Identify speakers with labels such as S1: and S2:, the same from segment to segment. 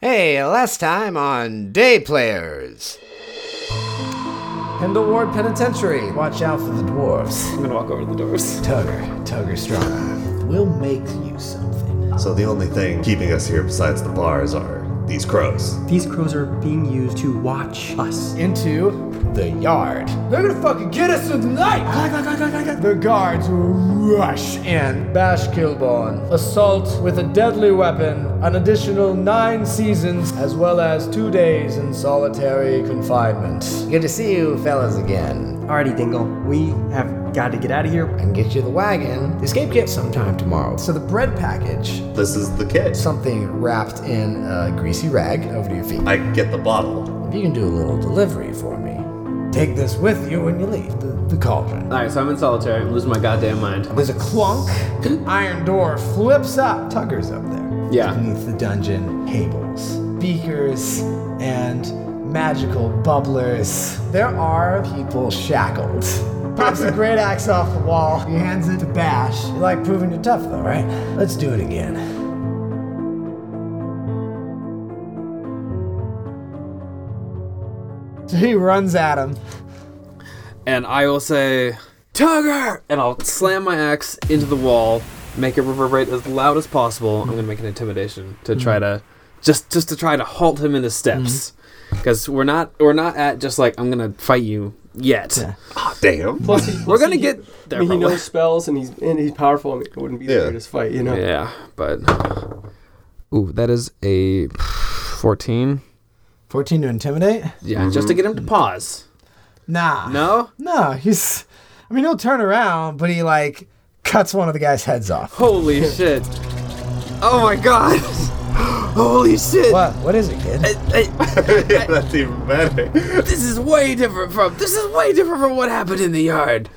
S1: Hey, last time on Day Players.
S2: Kendall Ward Penitentiary. Watch out for the dwarves.
S3: I'm gonna walk over the doors.
S2: Tugger, Tugger Strong. We'll make you something.
S4: So the only thing keeping us here besides the bars are these crows.
S5: These crows are being used to watch us.
S6: Into the yard. They're gonna fucking get us tonight! the guards rush in. Bash Kilborn. Assault with a deadly weapon, an additional nine seasons, as well as two days in solitary confinement.
S1: Good to see you fellas again.
S5: Alrighty, Dingle, we have got to get out of here.
S1: I can get you the wagon. The escape kit sometime tomorrow.
S6: So the bread package,
S4: This is the kit.
S1: Something wrapped in a greasy rag over to your feet.
S4: I get the bottle.
S1: If you can do a little delivery for me, take this with you when you leave the, the cauldron.
S3: Alright, so I'm in solitary. I'm losing my goddamn mind.
S6: there's a clunk, iron door flips up,
S2: Tugger's up there.
S3: Yeah.
S2: Beneath the dungeon cables.
S6: beakers,
S2: And magical bubblers.
S6: There are people shackled. Pops a great axe off the wall. He hands it to Bash. You like proving you're tough, though, right?
S2: Let's do it again.
S6: So he runs at him.
S3: And I will say, Tugger! And I'll slam my axe into the wall, make it reverberate as loud as possible. I'm gonna make an intimidation to try to, just just to try to halt him in his steps, because we're not we're not at just like I'm gonna fight you yet.
S6: Ah,
S4: Damn.
S7: Plus, he,
S3: We're
S7: plus
S3: gonna
S7: he-
S3: get
S7: I
S3: there.
S7: mean, he
S3: probably.
S7: knows spells and he's and he's powerful. I mean, it wouldn't be the
S4: Yeah.
S7: greatest fight, you know.
S3: Yeah, but ooh, that is a fourteen.
S6: 14 to intimidate?
S3: Yeah, just to get him to pause.
S6: Nah.
S3: No.
S6: No, he's. I mean, he'll turn around, but he, like, cuts one of the guy's heads off.
S3: Holy shit. Oh my god. Holy shit.
S6: What? What is it, kid?
S3: I- I-
S4: That's even better.
S3: this is way different from this is way different from what happened in the yard.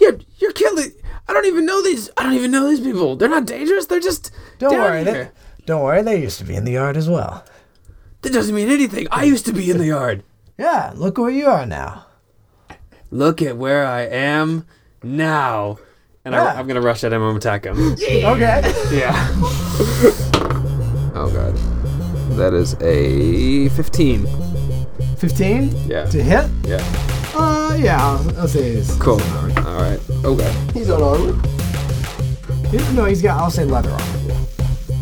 S3: You're you're killing. I don't even know these. I don't even know these people. They're not dangerous. They're just.
S6: Don't
S3: down
S6: worry. They,
S3: here.
S6: don't worry. They used to be in the yard as well.
S3: That doesn't mean anything. I used to be in the yard.
S6: Yeah, look where you are now.
S3: Look at where I am now. And I,
S6: Yeah.
S3: I'm gonna rush at him and attack him.
S6: Okay.
S3: Yeah. oh god. That is a 15.
S6: 15
S3: Yeah.
S6: to hit?
S3: Yeah.
S6: Uh, yeah, I'll, I'll say it is.
S3: Cool. All right. Oh god.
S7: He's unarmed.
S6: He- No, he's got, I'll say leather armor.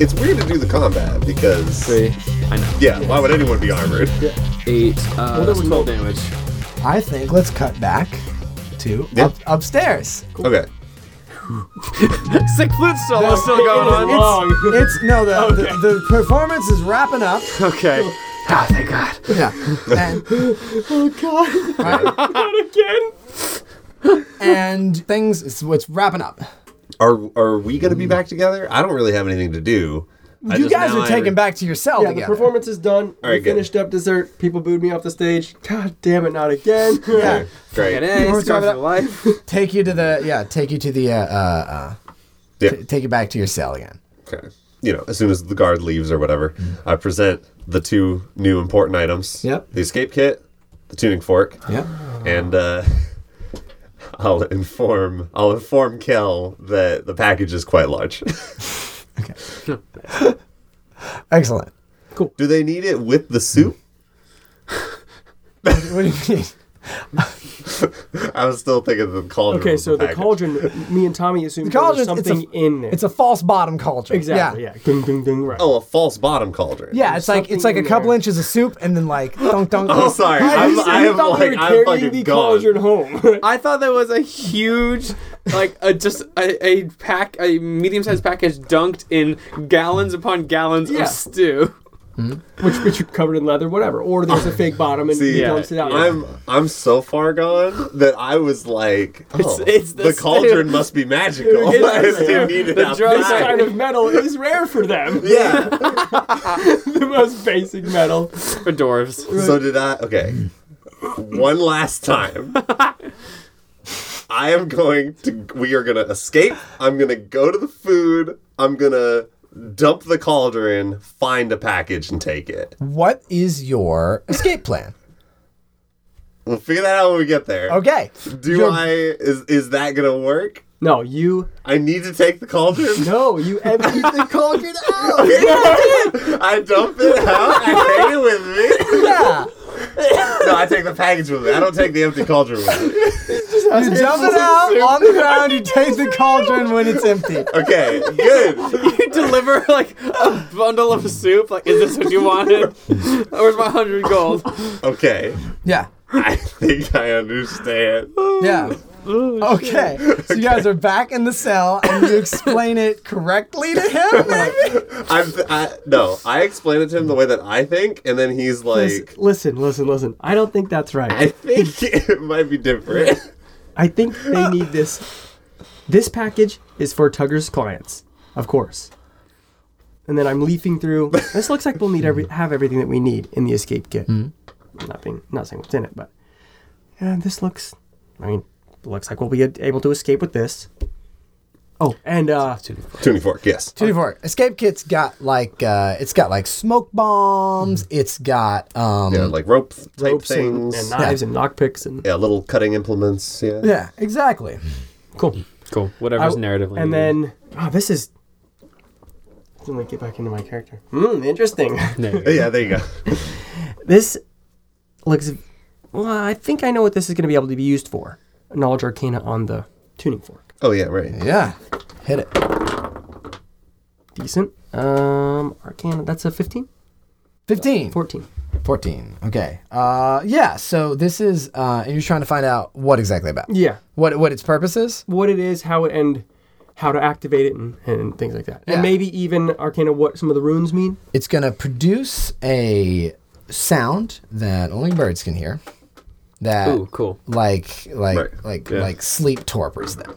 S4: It's weird to do the combat because.
S3: Three. I know.
S4: Yeah, why would anyone be armored?
S3: Eight. Uh,
S7: Well, there
S3: that's
S7: was
S3: 12 damage.
S6: I think let's cut back to
S4: Yeah.
S6: up, upstairs.
S4: Okay.
S3: Six foot solo still going on.
S7: Long.
S6: It's no the, the the performance is wrapping up.
S3: Okay. Ah, thank god.
S6: Yeah. And, oh god. again. And things it's, it's wrapping up.
S4: Are are we gonna be back together? I don't really have anything to do. I
S6: You
S4: just-
S6: guys
S4: now
S6: are
S4: I
S6: taken
S4: re-
S6: back to your cell
S7: Yeah, the
S6: together.
S7: performance is done.
S4: All right,
S7: we
S4: good.
S7: finished up dessert. People booed me off the stage. God damn it, not again.
S6: yeah.
S3: It
S4: Great.
S3: is.
S6: talking about-
S3: life.
S6: Take you to the yeah, take you to the uh uh, uh
S4: Yeah.
S6: t- take you back to your cell again.
S4: Okay. You know, as soon as the guard leaves or whatever, I present the two new important items.
S6: Yep.
S4: The escape kit, the tuning fork. and uh, I'll inform I'll inform Kel that the package is quite large.
S6: Excellent.
S4: Do they need it with the soup?
S6: What do you mean?
S4: I was still thinking of the cauldron.
S7: Okay,
S4: was
S7: so the
S4: package.
S7: cauldron. Me and Tommy assumed
S6: The cauldron,
S7: there was
S6: it's a-
S7: something in there.
S6: It's a false bottom culture.
S7: exactly. Yeah. Ding, ding, ding. Right.
S4: Oh, a false bottom cauldron.
S6: Yeah, it's like it's like
S7: something
S6: a
S7: in
S6: couple
S7: there.
S6: inches of soup and then like dunk dunk.
S4: Oh, sorry.
S7: I,
S4: I'm,
S7: just-
S4: I
S7: I
S4: am
S7: thought
S4: like
S7: we were
S4: I'm
S7: carrying
S4: fucking
S7: the
S4: gone.
S7: cauldron home.
S3: I thought that was a huge, like a just a, a pack, a medium-sized package dunked in gallons upon gallons
S7: Yeah.
S3: of stew.
S7: which which you covered in leather, whatever. Or there's a fake bottom and
S4: See,
S7: he
S3: Yeah,
S7: dumps it out.
S4: I'm I'm so far gone that I was like, oh,
S3: it's the
S4: the,
S3: soup.
S4: cauldron must be magical.
S3: It's
S4: I
S3: the
S4: still
S3: soup.
S4: need it
S3: The
S4: outside.
S7: this
S3: drugs
S7: kind of metal is rare for them.
S4: Yeah.
S7: the most basic metal.
S3: For dwarves.
S4: So did I? Okay. One last time. I am going to. We are gonna escape. I'm gonna go to the food. I'm gonna dump the cauldron, find a package, and take it.
S6: What is your escape plan?
S4: We'll figure that out when we get there.
S6: Okay.
S4: Do
S6: Your-
S4: I? Is is that gonna work?
S7: No, you.
S4: I need to take the cauldron.
S7: No, you empty the cauldron out.
S4: I dump it out. I take it with me.
S7: Yeah.
S4: No, I take the package with me. I don't take the empty cauldron with me.
S6: You dump it out on the ground. You take the cauldron when it's empty.
S4: Okay, good.
S3: You deliver like a bundle of soup. Like, is this what you wanted? Where's my hundred gold?
S4: Okay,
S6: Yeah.
S4: I think I understand.
S6: Yeah. Okay. So you guys are back in the cell and you explain it correctly to him, maybe?
S4: I'm, I, no, I explain it to him the way that I think, and then he's
S7: Listen,
S4: like,
S7: listen, listen, listen. I don't think that's
S4: I
S7: right.
S4: think it might be different.
S7: I think they need this. This package is for Tugger's clients, of course. And then I'm leafing through. This looks like we'll need every have everything that we need in the escape kit.
S4: Hmm.
S7: Not being, not saying what's in it, but yeah, this looks. I mean, looks like we'll be able to escape with this. Oh, and uh,
S4: 24, yes.
S6: Two for it. Escape kit's got like uh, it's got like smoke bombs. It's got um.
S4: Yeah, like ropes, type
S7: ropes and,
S4: things.
S7: and knives and knockpicks and
S4: yeah, little cutting implements. Yeah.
S6: Yeah, exactly.
S7: cool.
S3: Cool. Whatever's
S7: I-
S3: narratively.
S7: And
S3: needed.
S7: then, oh, this is. Let me get back into my character. Hmm, interesting.
S3: There you go.
S4: Oh, Yeah, there you go.
S7: this looks. Well, I think I know what this is going to be able to be used for. Knowledge Arcana on the tuning fork.
S4: Oh, yeah, right.
S6: Yeah, hit it.
S7: Decent. Um, Arcana. That's a 15?
S6: 15.
S7: 14.
S6: 14. Okay. Uh, yeah. So this is, uh, and you're trying to find out what exactly about.
S7: Yeah.
S6: What what its purpose is?
S7: What it is, how it, and how to activate it, and, and things like that.
S6: Yeah.
S7: And maybe even Arcana what some of the runes mean.
S6: It's gonna produce a sound that only birds can hear. That
S3: Ooh, cool,
S6: like like
S4: Right.
S6: like
S3: Yeah.
S6: like sleep torpors them.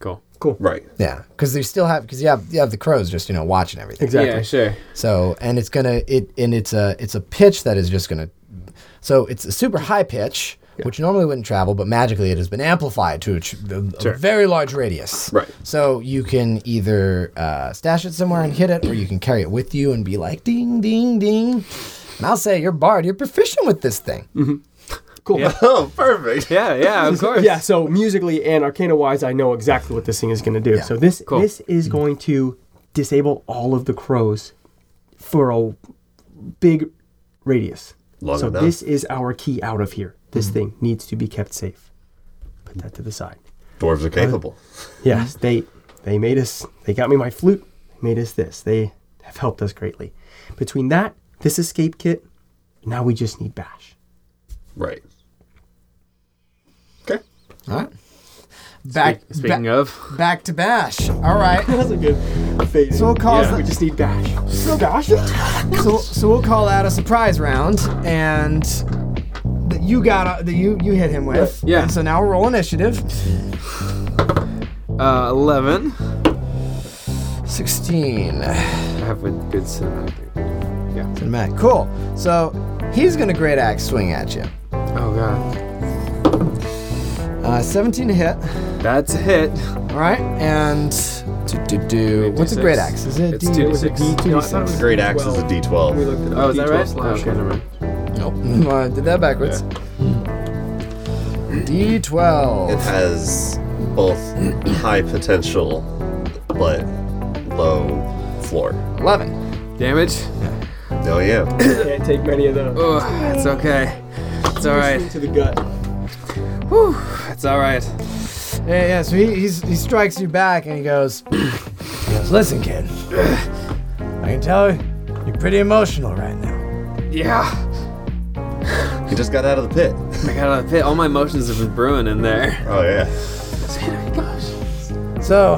S3: cool.
S4: Right.
S6: Yeah, because they still have because you have you have the crows just you know watching everything.
S7: Exactly.
S3: Yeah, sure.
S6: So and it's gonna it and it's a it's a pitch that is just gonna so it's a super high pitch which normally wouldn't travel, but magically it has been amplified to a, tr- a- a very large radius.
S4: Right.
S6: So you can either uh, stash it somewhere and hit it, or you can carry it with you and be like ding ding ding. And I'll say you're bard, you're proficient with this thing.
S3: Mm.
S7: Cool.
S4: Oh, perfect.
S3: Yeah, yeah, of course.
S7: yeah, so musically and arcana wise, I know exactly what this thing is going to do. So this this is going to disable all of the crows for a big radius.
S4: Long
S7: so
S4: enough.
S7: this is our key out of here. This
S3: Mm-hmm.
S7: thing needs to be kept safe. Put that to the side.
S3: Mm-hmm.
S4: Dwarves are capable.
S7: Yes, they they made us. They got me my flute. They made us this. They have helped us greatly. Between that, this escape kit, now we just need bash.
S4: Right. Okay.
S6: All right. Back
S3: Speaking
S6: ba-
S3: of,
S6: back to bash. All right.
S7: That's a good phase.
S6: So we'll call
S7: we
S6: that-
S7: just need bash.
S3: Oh,
S7: So bash.
S6: so, so we'll call out a surprise round, and that you got a, that you you hit him with.
S3: Yeah.
S6: And so now we'll roll initiative.
S3: uh, eleven.
S6: Sixteen.
S3: I have a good cinematic.
S6: Matt, cool. So he's gonna great axe swing at you.
S3: Oh god,
S6: Uh, Seventeen to hit.
S3: that's a hit.
S6: All right. And do do do. What's a great axe? Is it?
S3: It's two d six.
S7: No, I thought it was
S4: Great axe is a D12.
S3: Oh, is that right? Oh, okay, never mind.
S6: Nope. Mm, I did that backwards. D
S4: It
S6: twelve.
S4: has both high potential, but low floor.
S6: Eleven.
S3: Damage.
S4: Oh, yeah.
S7: Can't take many of those.
S3: Ugh, Oh, it's okay. It's all right.
S7: To the gut.
S3: Whew, it's all right.
S6: Yeah, yeah. So he he's, he strikes you back and he goes, he goes, "Listen, kid, I can tell you're pretty emotional right now.
S3: Yeah,
S4: He just got out of the pit.
S3: I got out of the pit. All my emotions have been brewing in there.
S4: Oh, yeah.
S6: So,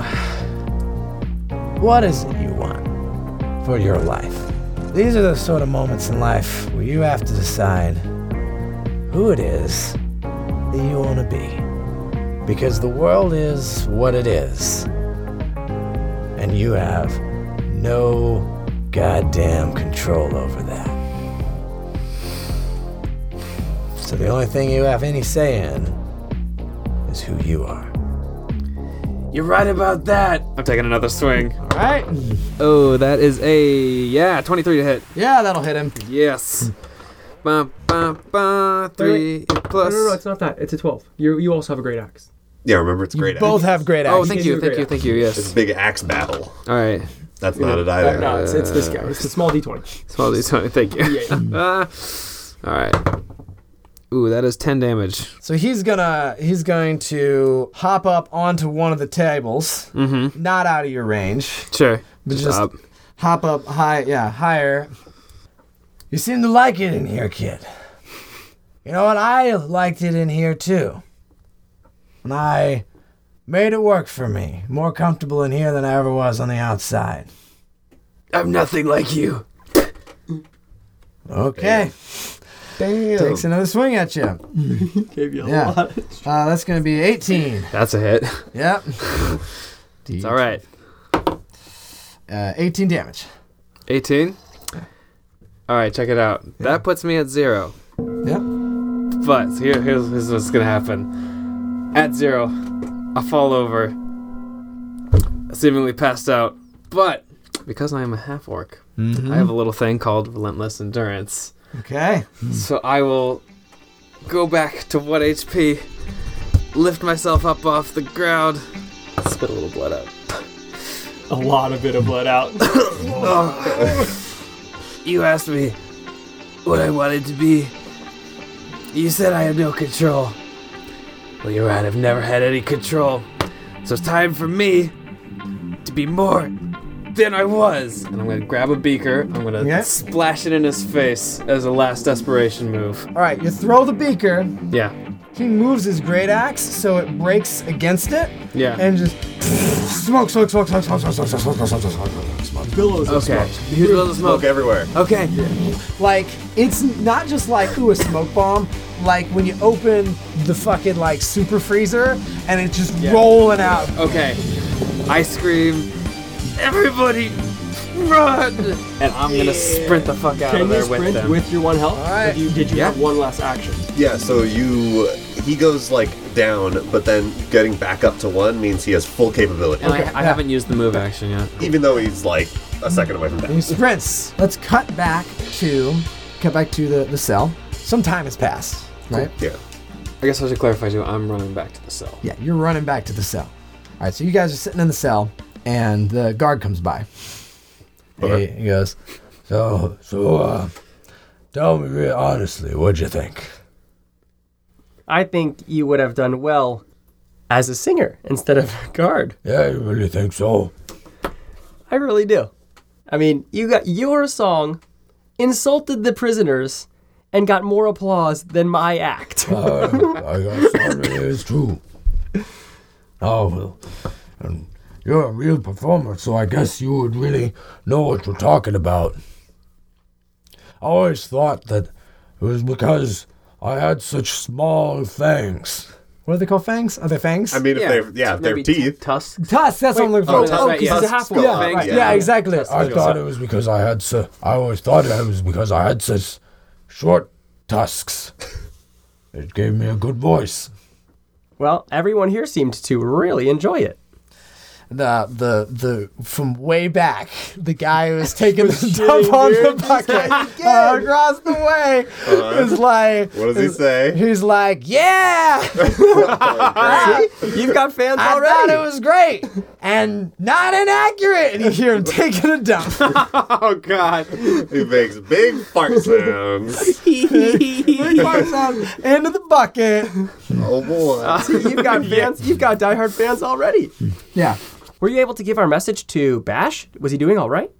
S6: what is it you want for your life? These are the sort of moments in life where you have to decide who it is that you want to be, because the world is what it is, and you have no goddamn control over that." So the only thing you have any say in is who you are.
S3: You're right about that. I'm taking another swing.
S6: All right.
S3: Oh, that is a yeah, 23 to hit.
S6: Yeah, that'll hit him.
S3: Yes. Ba, ba, ba,
S7: Wait,
S3: three
S7: No, no, no,
S3: plus.
S7: it's not that. It's a 12. You you also have a great axe.
S4: Yeah, remember it's great.
S6: Both have great
S3: Oh,
S6: actions.
S3: thank you, thank you, thank you.
S4: axe. It's
S3: Yes.
S4: big axe battle.
S3: All right.
S4: That's not it either.
S7: No, it's, it's this guy. It's a small d20.
S3: Swallow these. Thank you. Ah. All right. Ooh, that is ten damage.
S6: So he's gonna he's going to hop up onto one of the tables, mm-hmm. not out of your range,
S3: Sure.
S6: but just
S3: up.
S6: hop up high, yeah, higher. You seem to like it in here, kid. You know what? I liked it in here too, and I made it work for me. More comfortable in here than I ever was on the outside.
S3: I'm nothing like you.
S6: Okay,
S4: Damn.
S6: takes another swing at you.
S7: Gave you a
S6: Yeah.
S7: lot.
S6: Uh, that's gonna be 18.
S3: That's a hit.
S6: Yep,
S3: It's all right.
S6: uh, 18 damage.
S3: 18. All right, check it out. That puts me at zero.
S6: Yep.
S3: But so here, here's, here's what's gonna happen. At zero, I fall over, seemingly passed out. But because I am a half orc, I have a little thing called relentless endurance.
S6: Okay.
S3: So I will go back to one HP, lift myself up off the ground, spit a little blood out.
S7: A lot of bit of blood out.
S3: You asked me what I wanted to be. You said I had no control. Well, you're right, I've never had any control. So it's time for me to be more than I was. And I'm gonna grab a beaker, I'm gonna
S6: Yeah.
S3: splash it in his face as a last desperation move.
S6: All right, you throw the beaker.
S3: Yeah.
S6: He moves his great axe so it breaks against it
S3: Yeah.
S6: and just smoke, smoke, smoke, smoke, smoke, smoke, smoke, smoke, smoke, smoke, smoke, smoke.
S7: Billows of
S3: okay.
S7: smoke.
S3: Here's a little
S4: Smoke
S3: smoke.
S4: everywhere.
S6: Okay. Like it's not just like ooh a smoke bomb. Like when you open the fucking like super freezer and it's just rolling out.
S3: Okay. I scream, everybody run! And I'm gonna sprint the fuck out
S7: Can
S3: of
S7: you
S3: there with
S7: sprint
S3: them.
S7: with your one health?
S6: right.
S7: Or do you, did you
S3: Yeah.
S7: have one last action?
S4: Yeah, so you he goes like down, but then getting back up to one means he has full capability.
S3: and I, I haven't used the move action yet.
S4: Even though he's like a second away from
S6: He
S4: that.
S6: sprints. Let's cut back to cut back to the, the cell. Some time has passed, right?
S4: Yeah.
S3: I guess I should clarify too, I'm running back to the cell.
S6: Yeah, you're running back to the cell. All right, so you guys are sitting in the cell, and the guard comes by.
S4: Okay.
S6: He, he goes, "So, so, uh, tell me real honestly, what'd you think?"
S7: I think you would have done well as a singer instead of a guard.
S6: Yeah, you really think so?
S7: I really do. I mean, you got your song insulted the prisoners and got more applause than my act.
S6: I guess it's true. Oh well, and you're a real performer, so I guess you would really know what you're talking about. I always thought that it was because I had such small fangs. What are they called? Fangs? Are they fangs?
S4: I mean,
S3: Yeah.
S4: if they're yeah, if they're teeth.
S3: Tusks.
S6: Tusks, that's what I'm looking for.
S4: oh,
S6: Oh,
S4: tusks,
S6: okay,
S3: yeah.
S6: so it's a half
S4: tusks,
S6: one.
S4: skull,
S6: Yeah,
S3: fangs,
S6: right.
S3: yeah.
S6: yeah. exactly.
S8: I thought it was because I had so. I always thought it was because I had such short tusks. It gave me a good voice.
S7: well, everyone here seemed to really enjoy it.
S6: The, the, the, from way back, the guy who was taking the dump on the bucket uh, across the way is like,
S4: Uh-huh. What does he say?
S6: he's like, yeah,
S7: You've got fans
S6: I
S7: already.
S6: thought it was great and not inaccurate. And you hear him taking a dump.
S3: Oh god.
S4: He makes big fart sounds.
S6: Parts out into the bucket.
S4: Oh boy.
S7: you've got fans. You've got diehard fans already.
S6: Yeah.
S7: Were you able to give our message to Bash? Was he doing all right?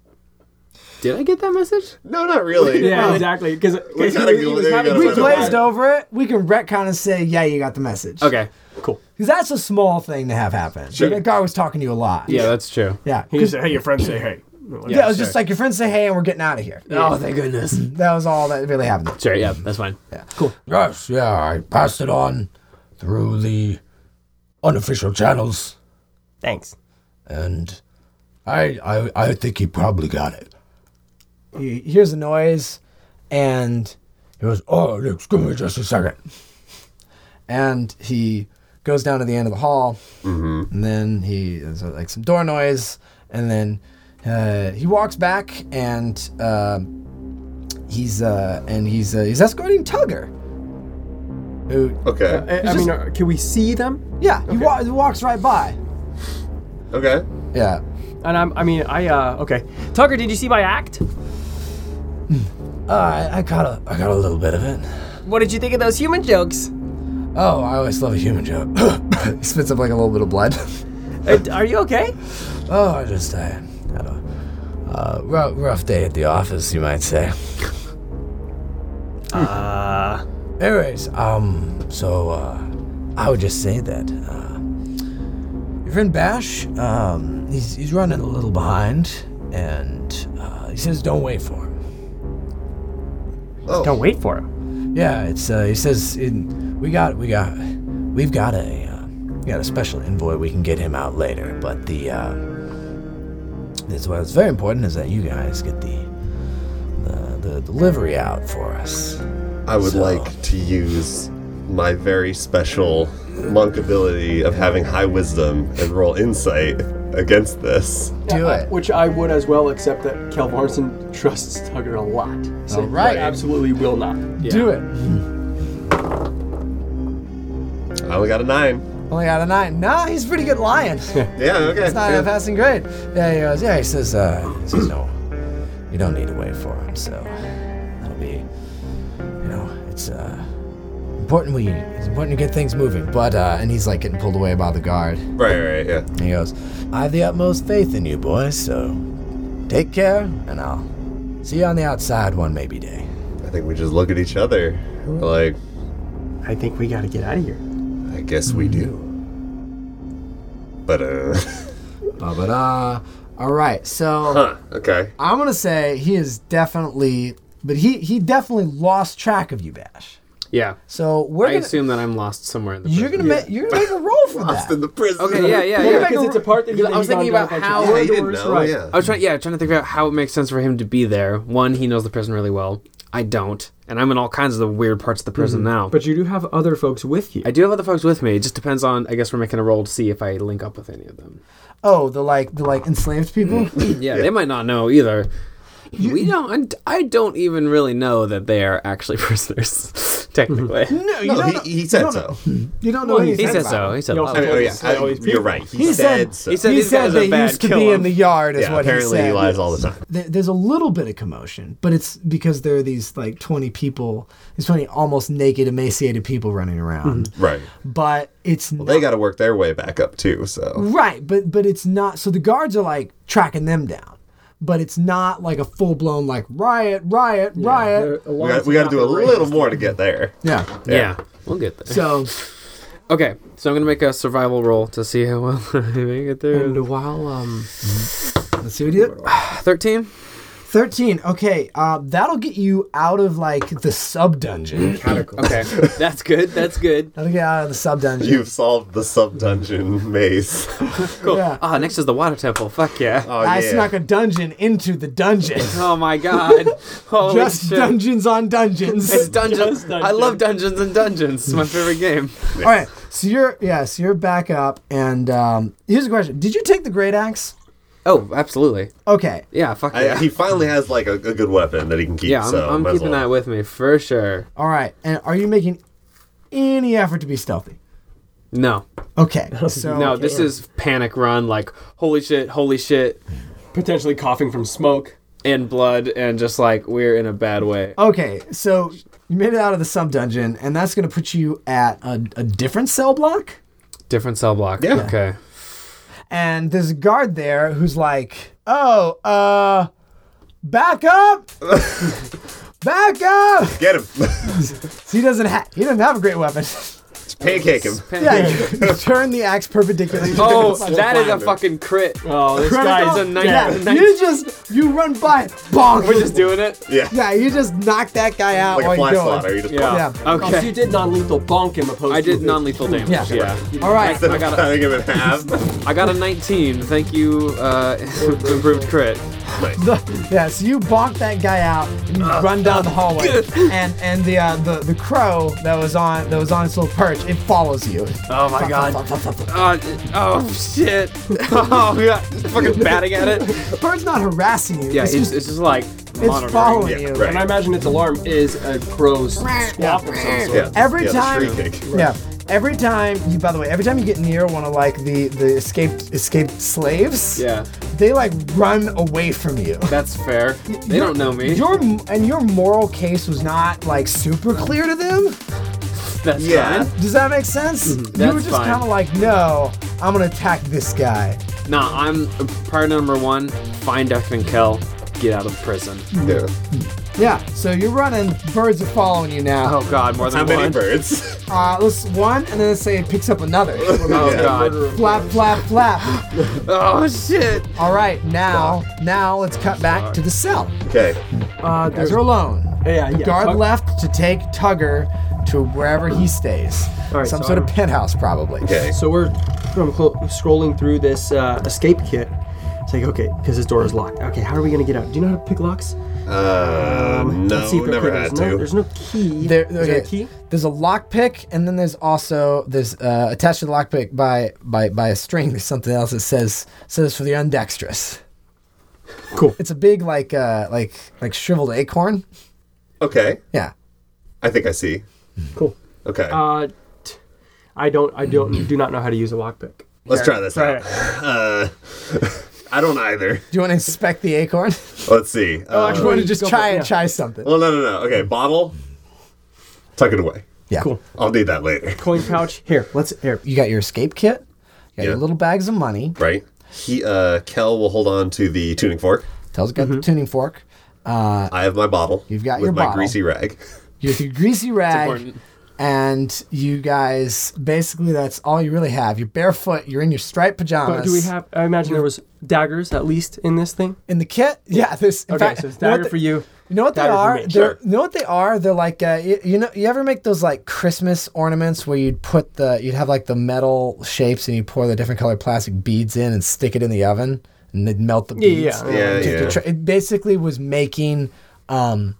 S3: Did I get that message?
S4: no, not really.
S7: exactly. Because
S4: We gotta go- we gotta
S6: We
S4: go
S6: glazed
S4: back.
S6: over it. We can retcon and say, yeah, you got the message.
S3: Okay.
S6: Because that's a small thing to have happen. That guy was talking to you a lot.
S3: Yeah, that's true.
S6: Yeah. 'Cause-
S7: He said, "Hey, your friends say hey."
S6: yeah, it was just like your friends say, hey, and we're getting out of here.
S3: Oh thank goodness.
S6: That was all that really happened.
S3: Sure, yeah, that's fine.
S8: Yes, yeah, I passed it on through the unofficial channels,
S7: Thanks.
S8: and I, I, I think he probably got it.
S6: He hears a noise and
S8: He goes, "Oh, Nick, give me just a second.
S6: and he goes down to the end of the hall, and then he there's uh, like some door noise, and then uh, he walks back, and um, uh, he's uh, and he's uh, he's escorting Tugger, who
S4: Okay.
S7: I, I mean, uh, can we see them?
S6: yeah he, wa- he walks right by
S4: Okay.
S6: yeah
S7: And I'm, I mean, I, uh, okay. Tucker, did you see my act?
S6: uh, I, I caught a I got a little bit of it
S7: What did you think of those human jokes?
S6: oh I always love a human joke he spits up like a little bit of blood
S7: Uh, Are you okay?
S6: oh I just I had a uh, rough, rough day at the office you might say
S7: Uh,
S6: Anyways, um, so uh, I would just say that uh, your friend Bash, um, he's he's running a little behind, and uh, he says don't wait for him.
S4: Oh.
S7: don't wait for him.
S6: Yeah, it's uh, he says in, we got we got we've got a uh, we got a special envoy. We can get him out later, but the uh, this what's very important is that you guys get the the, the delivery out for us.
S4: I would
S6: So-
S4: like to use my very special monk ability of having high wisdom and roll insight against this.
S6: Do it.
S7: Which I would as well, except that Kel Varson trusts Tucker a lot. So
S6: All right.
S7: I absolutely will not.
S6: Do it.
S4: I only got a nine.
S6: Only got a nine. Nah, he's a pretty good lion.
S4: Yeah, okay.
S6: It's not
S4: yeah.
S6: a passing grade. Yeah, he goes, yeah, he says, uh, he says, no, you don't need to wait for him, so that'll be, you know, it's, uh, important we, it's important to get things moving, but, uh, and he's, like, getting pulled away by the guard, and
S4: Right, right, yeah.
S6: he goes, I have the utmost faith in you, boys, so take care, and I'll see you on the outside one maybe day.
S4: I think we just look at each other and we're like,
S7: I think we gotta get out of here.
S4: I guess we do. But, uh,
S6: Ba-ba-da. All right, so...
S4: huh, okay.
S6: I'm gonna say he is definitely, but he he definitely lost track of you, Bash.
S3: Yeah.
S6: So we're
S3: I
S6: gonna
S3: assume that I'm lost somewhere in the.
S6: you're gonna
S3: prison.
S6: make you're gonna make a roll for
S4: Lost in
S6: that.
S4: the prison.
S3: Okay. Yeah. Yeah.
S7: Yeah,
S3: Yeah.
S7: because it's a part that you
S3: I was
S7: that you
S3: thinking
S7: don't
S3: about
S7: know if I
S3: how-
S7: should-
S4: Yeah,
S3: Howard
S4: you didn't
S7: was
S4: know,
S7: right.
S4: yeah.
S3: I was trying, yeah, trying to figure out how it makes sense for him to be there. One, he knows the prison really well. I don't, and I'm in all kinds of the weird parts of the prison
S6: Mm-hmm.
S3: now.
S7: But you do have other folks with you.
S3: I do have other folks with me. It just depends on. I guess we're making a roll to see if I link up with any of them.
S6: Oh, the like the like enslaved people.
S4: Mm.
S3: Yeah, they might not know either. we don't. I don't even really know that they are actually prisoners, technically.
S6: no, you
S4: No,
S6: don't.
S4: he,
S6: know,
S4: he said so.
S6: you don't know
S7: Well,
S6: anything
S3: he said
S6: about
S3: so.
S6: it.
S3: He said.
S7: You
S3: a
S7: also
S3: lot.
S4: I mean, oh, yeah,
S7: It's
S4: I-
S7: always
S4: you're
S7: people.
S4: right. He,
S6: He
S4: said,
S6: said-
S4: so.
S3: he said
S6: He
S3: these
S6: said
S3: guys are
S6: they
S3: bad.
S6: used to
S3: kill
S6: be in
S3: them.
S6: the yard, is
S4: yeah,
S6: what he
S4: apparently he
S6: said.
S4: lies all the time.
S6: There- There's a little bit of commotion, but it's because there are these like 20 people, these 20 almost naked, emaciated people running around.
S4: Right.
S6: But it's not.
S4: Mm-hmm. They got to work their way back up, too, so.
S6: Right, but but it's not. So the guards are like tracking them down, but it's not like a full blown like riot, riot, riot.
S4: We got, we got to do a little more to get there.
S6: Yeah.
S3: Yeah, we'll get there.
S6: So
S3: Okay, so I'm gonna make a survival roll to see how well I make it through.
S7: And while um,
S6: let's see what you do.
S3: Thirteen.
S6: Thirteen. Okay, uh, that'll get you out of like the sub dungeon.
S3: Okay, that's good. That's good.
S6: That'll get you out of the sub dungeon.
S4: You've solved the sub dungeon maze.
S3: Cool.
S6: Yeah.
S3: Ah, next is the water temple. Fuck yeah.
S4: Oh,
S6: I
S4: yeah.
S6: snuck a dungeon into the dungeon.
S3: Oh my god. Holy
S6: Just
S3: shit.
S6: dungeons on dungeons.
S3: It's dungeons. I love Dungeons and Dungeons. It's my favorite game.
S6: All right. So you're yeah. So you're back up, and um, here's a question: Did you take the great axe?
S3: Oh, absolutely.
S6: Okay.
S3: Yeah, fuck
S4: I,
S3: yeah.
S4: He finally has like a, a good weapon that he can keep.
S3: yeah, I'm,
S4: so
S3: I'm
S4: might as
S3: keeping
S4: well.
S3: that with me for sure.
S6: All right. And are you making any effort to be stealthy?
S3: No,
S6: Okay. So
S3: no, this is panic run. Like, holy shit, holy shit,
S7: potentially coughing from smoke.
S3: and blood, and just like we're in a bad way.
S6: okay. So you made it out of the sub dungeon, and that's going to put you at a, a different cell block.
S3: Different cell block.
S4: Yeah.
S3: Okay.
S6: And there's a guard there who's like, "Oh, uh, back up, back up."
S4: Get him.
S6: So he doesn't have he doesn't have a great weapon.
S4: Pancake him.
S6: yeah. You turn the axe perpendicularly. to
S3: Oh,
S6: the side.
S3: that is a fucking crit.
S7: Oh, this
S3: Critical?
S7: guy's
S3: a
S7: a
S3: nice-
S6: Yeah,
S3: nice-
S6: you just you run by it, bonk.
S3: We're just doing it.
S4: Yeah.
S6: Yeah, you just knock that guy out
S4: Like a
S6: while
S4: fly
S6: you're doing.
S4: slaughter. You just
S3: Yeah.
S6: Yeah.
S7: Oh, so you
S3: Okay.
S7: did non-lethal bonk him opposed
S3: I
S7: to
S3: did
S7: the-
S3: non-lethal damage.
S6: Yeah.
S3: Yeah.
S6: All right.
S4: Instead
S3: I
S4: of
S3: gotta-
S4: cutting him in half.
S3: I got a 19. Thank you, uh, improved crit.
S6: The, yeah, so you bonk that guy out, and you run down the hallway, and and the uh, the the crow that was on that was on its little perch, it follows you.
S3: Oh my god. Uh, oh shit. Oh god. Fucking batting at it.
S6: The bird's not harassing you.
S3: Yeah,
S6: it's
S3: it's,
S6: just
S3: it's just like
S7: It's
S3: monitoring.
S7: following
S4: Yeah,
S7: you.
S4: right.
S7: And I imagine its alarm is a crow's squawk of some sort.
S4: Yeah.
S6: Every
S4: yeah,
S6: time-
S4: The tree cake.
S6: Yeah. Every time you, by the way, every time you get near one of like the the escaped escaped slaves,
S3: Yeah,
S6: they like run away from you.
S3: that's fair. They
S6: Your-
S3: don't know me.
S6: Your and your moral case was not like super clear to them.
S3: That's
S4: Yeah.
S3: fine.
S6: Does that make sense? you
S3: Mm-hmm. That's
S6: were just
S3: fine.
S6: kind of like, no, I'm gonna attack this guy.
S3: Nah, I'm priority number one. Find Dr. and Kel. Get out of prison.
S4: Yeah.
S6: Yeah. So you're running. Birds are following you now.
S3: Oh God, more
S4: How
S3: than
S4: many
S3: one.
S4: birds?
S6: Uh, let's one, and then let's say it picks up another.
S3: Oh
S4: Yeah.
S3: God.
S6: flap, flap, flap.
S3: Oh shit.
S6: All right, now, now let's cut back to the cell.
S4: Okay.
S7: Uh,
S6: You guys
S7: there's
S6: are alone.
S7: yeah, yeah.
S6: Guard
S7: Tug-
S6: left to take Tugger to wherever he stays.
S7: Alright,
S6: Some
S7: so
S6: sort
S7: I'm-
S6: of penthouse, probably.
S4: Okay.
S7: So we're from clo- scrolling through this uh, escape kit. It's like, okay, because this door is locked. Okay, how are we going to get out? Do you know how to pick locks?
S4: Uh, no,
S7: if there-
S4: never
S7: there's
S4: had
S7: Um, no,
S4: to.
S7: There's no key.
S6: There,
S7: Is there a
S6: okay,
S7: key?
S6: There's a lockpick, and then there's also there's uh, attached to the lockpick by by by a string. There's something else that says says for the undexterous.
S7: Cool.
S6: It's a big like uh like like shriveled acorn.
S4: Okay.
S6: Yeah.
S4: I think I see.
S7: Cool.
S4: Okay.
S7: Uh, t- I don't, I don't, do not know how to use a lockpick.
S4: Let's try this
S7: Try
S4: out. Uh, I don't either.
S6: Do you want to inspect the acorn?
S4: Let's see. Uh,
S6: Or do you want to just
S7: go
S6: try
S7: for it,
S6: and
S7: yeah.
S6: try something?
S4: well, no, no, no. Okay, bottle. Tuck it away.
S6: Yeah.
S7: Cool.
S4: I'll need that later.
S7: Coin pouch. Here, let's here.
S6: You got your escape kit. You got your
S4: Yeah.
S6: little bags of money.
S4: Right. He, uh, Kel will hold on to the tuning fork.
S6: Tell's got
S7: Mm-hmm.
S6: the tuning fork. Uh,
S4: I have my bottle.
S6: You've got
S4: with
S6: your
S4: my
S6: bottle.
S4: greasy rag.
S6: you have your greasy rag,
S3: important.
S6: and you guys basically that's all you really have. You're barefoot. You're in your striped pajamas.
S7: But do we have? I imagine there was daggers at least in this thing.
S6: in the kit? Yeah. This. In
S7: Okay,
S6: fact,
S7: so it's
S6: you know what
S7: dagger
S6: the-
S7: for you.
S6: You know what they
S7: Dagger for
S6: are?
S7: me.
S6: They're,
S4: Sure.
S6: you know what they are? They're like uh, you, you know you ever make those like Christmas ornaments where you'd put the you'd have like the metal shapes and you pour the different colored plastic beads in and stick it in the oven and they'd melt the beads.
S7: yeah.
S4: Yeah,
S6: Just to
S4: yeah.
S6: try- it basically was making um,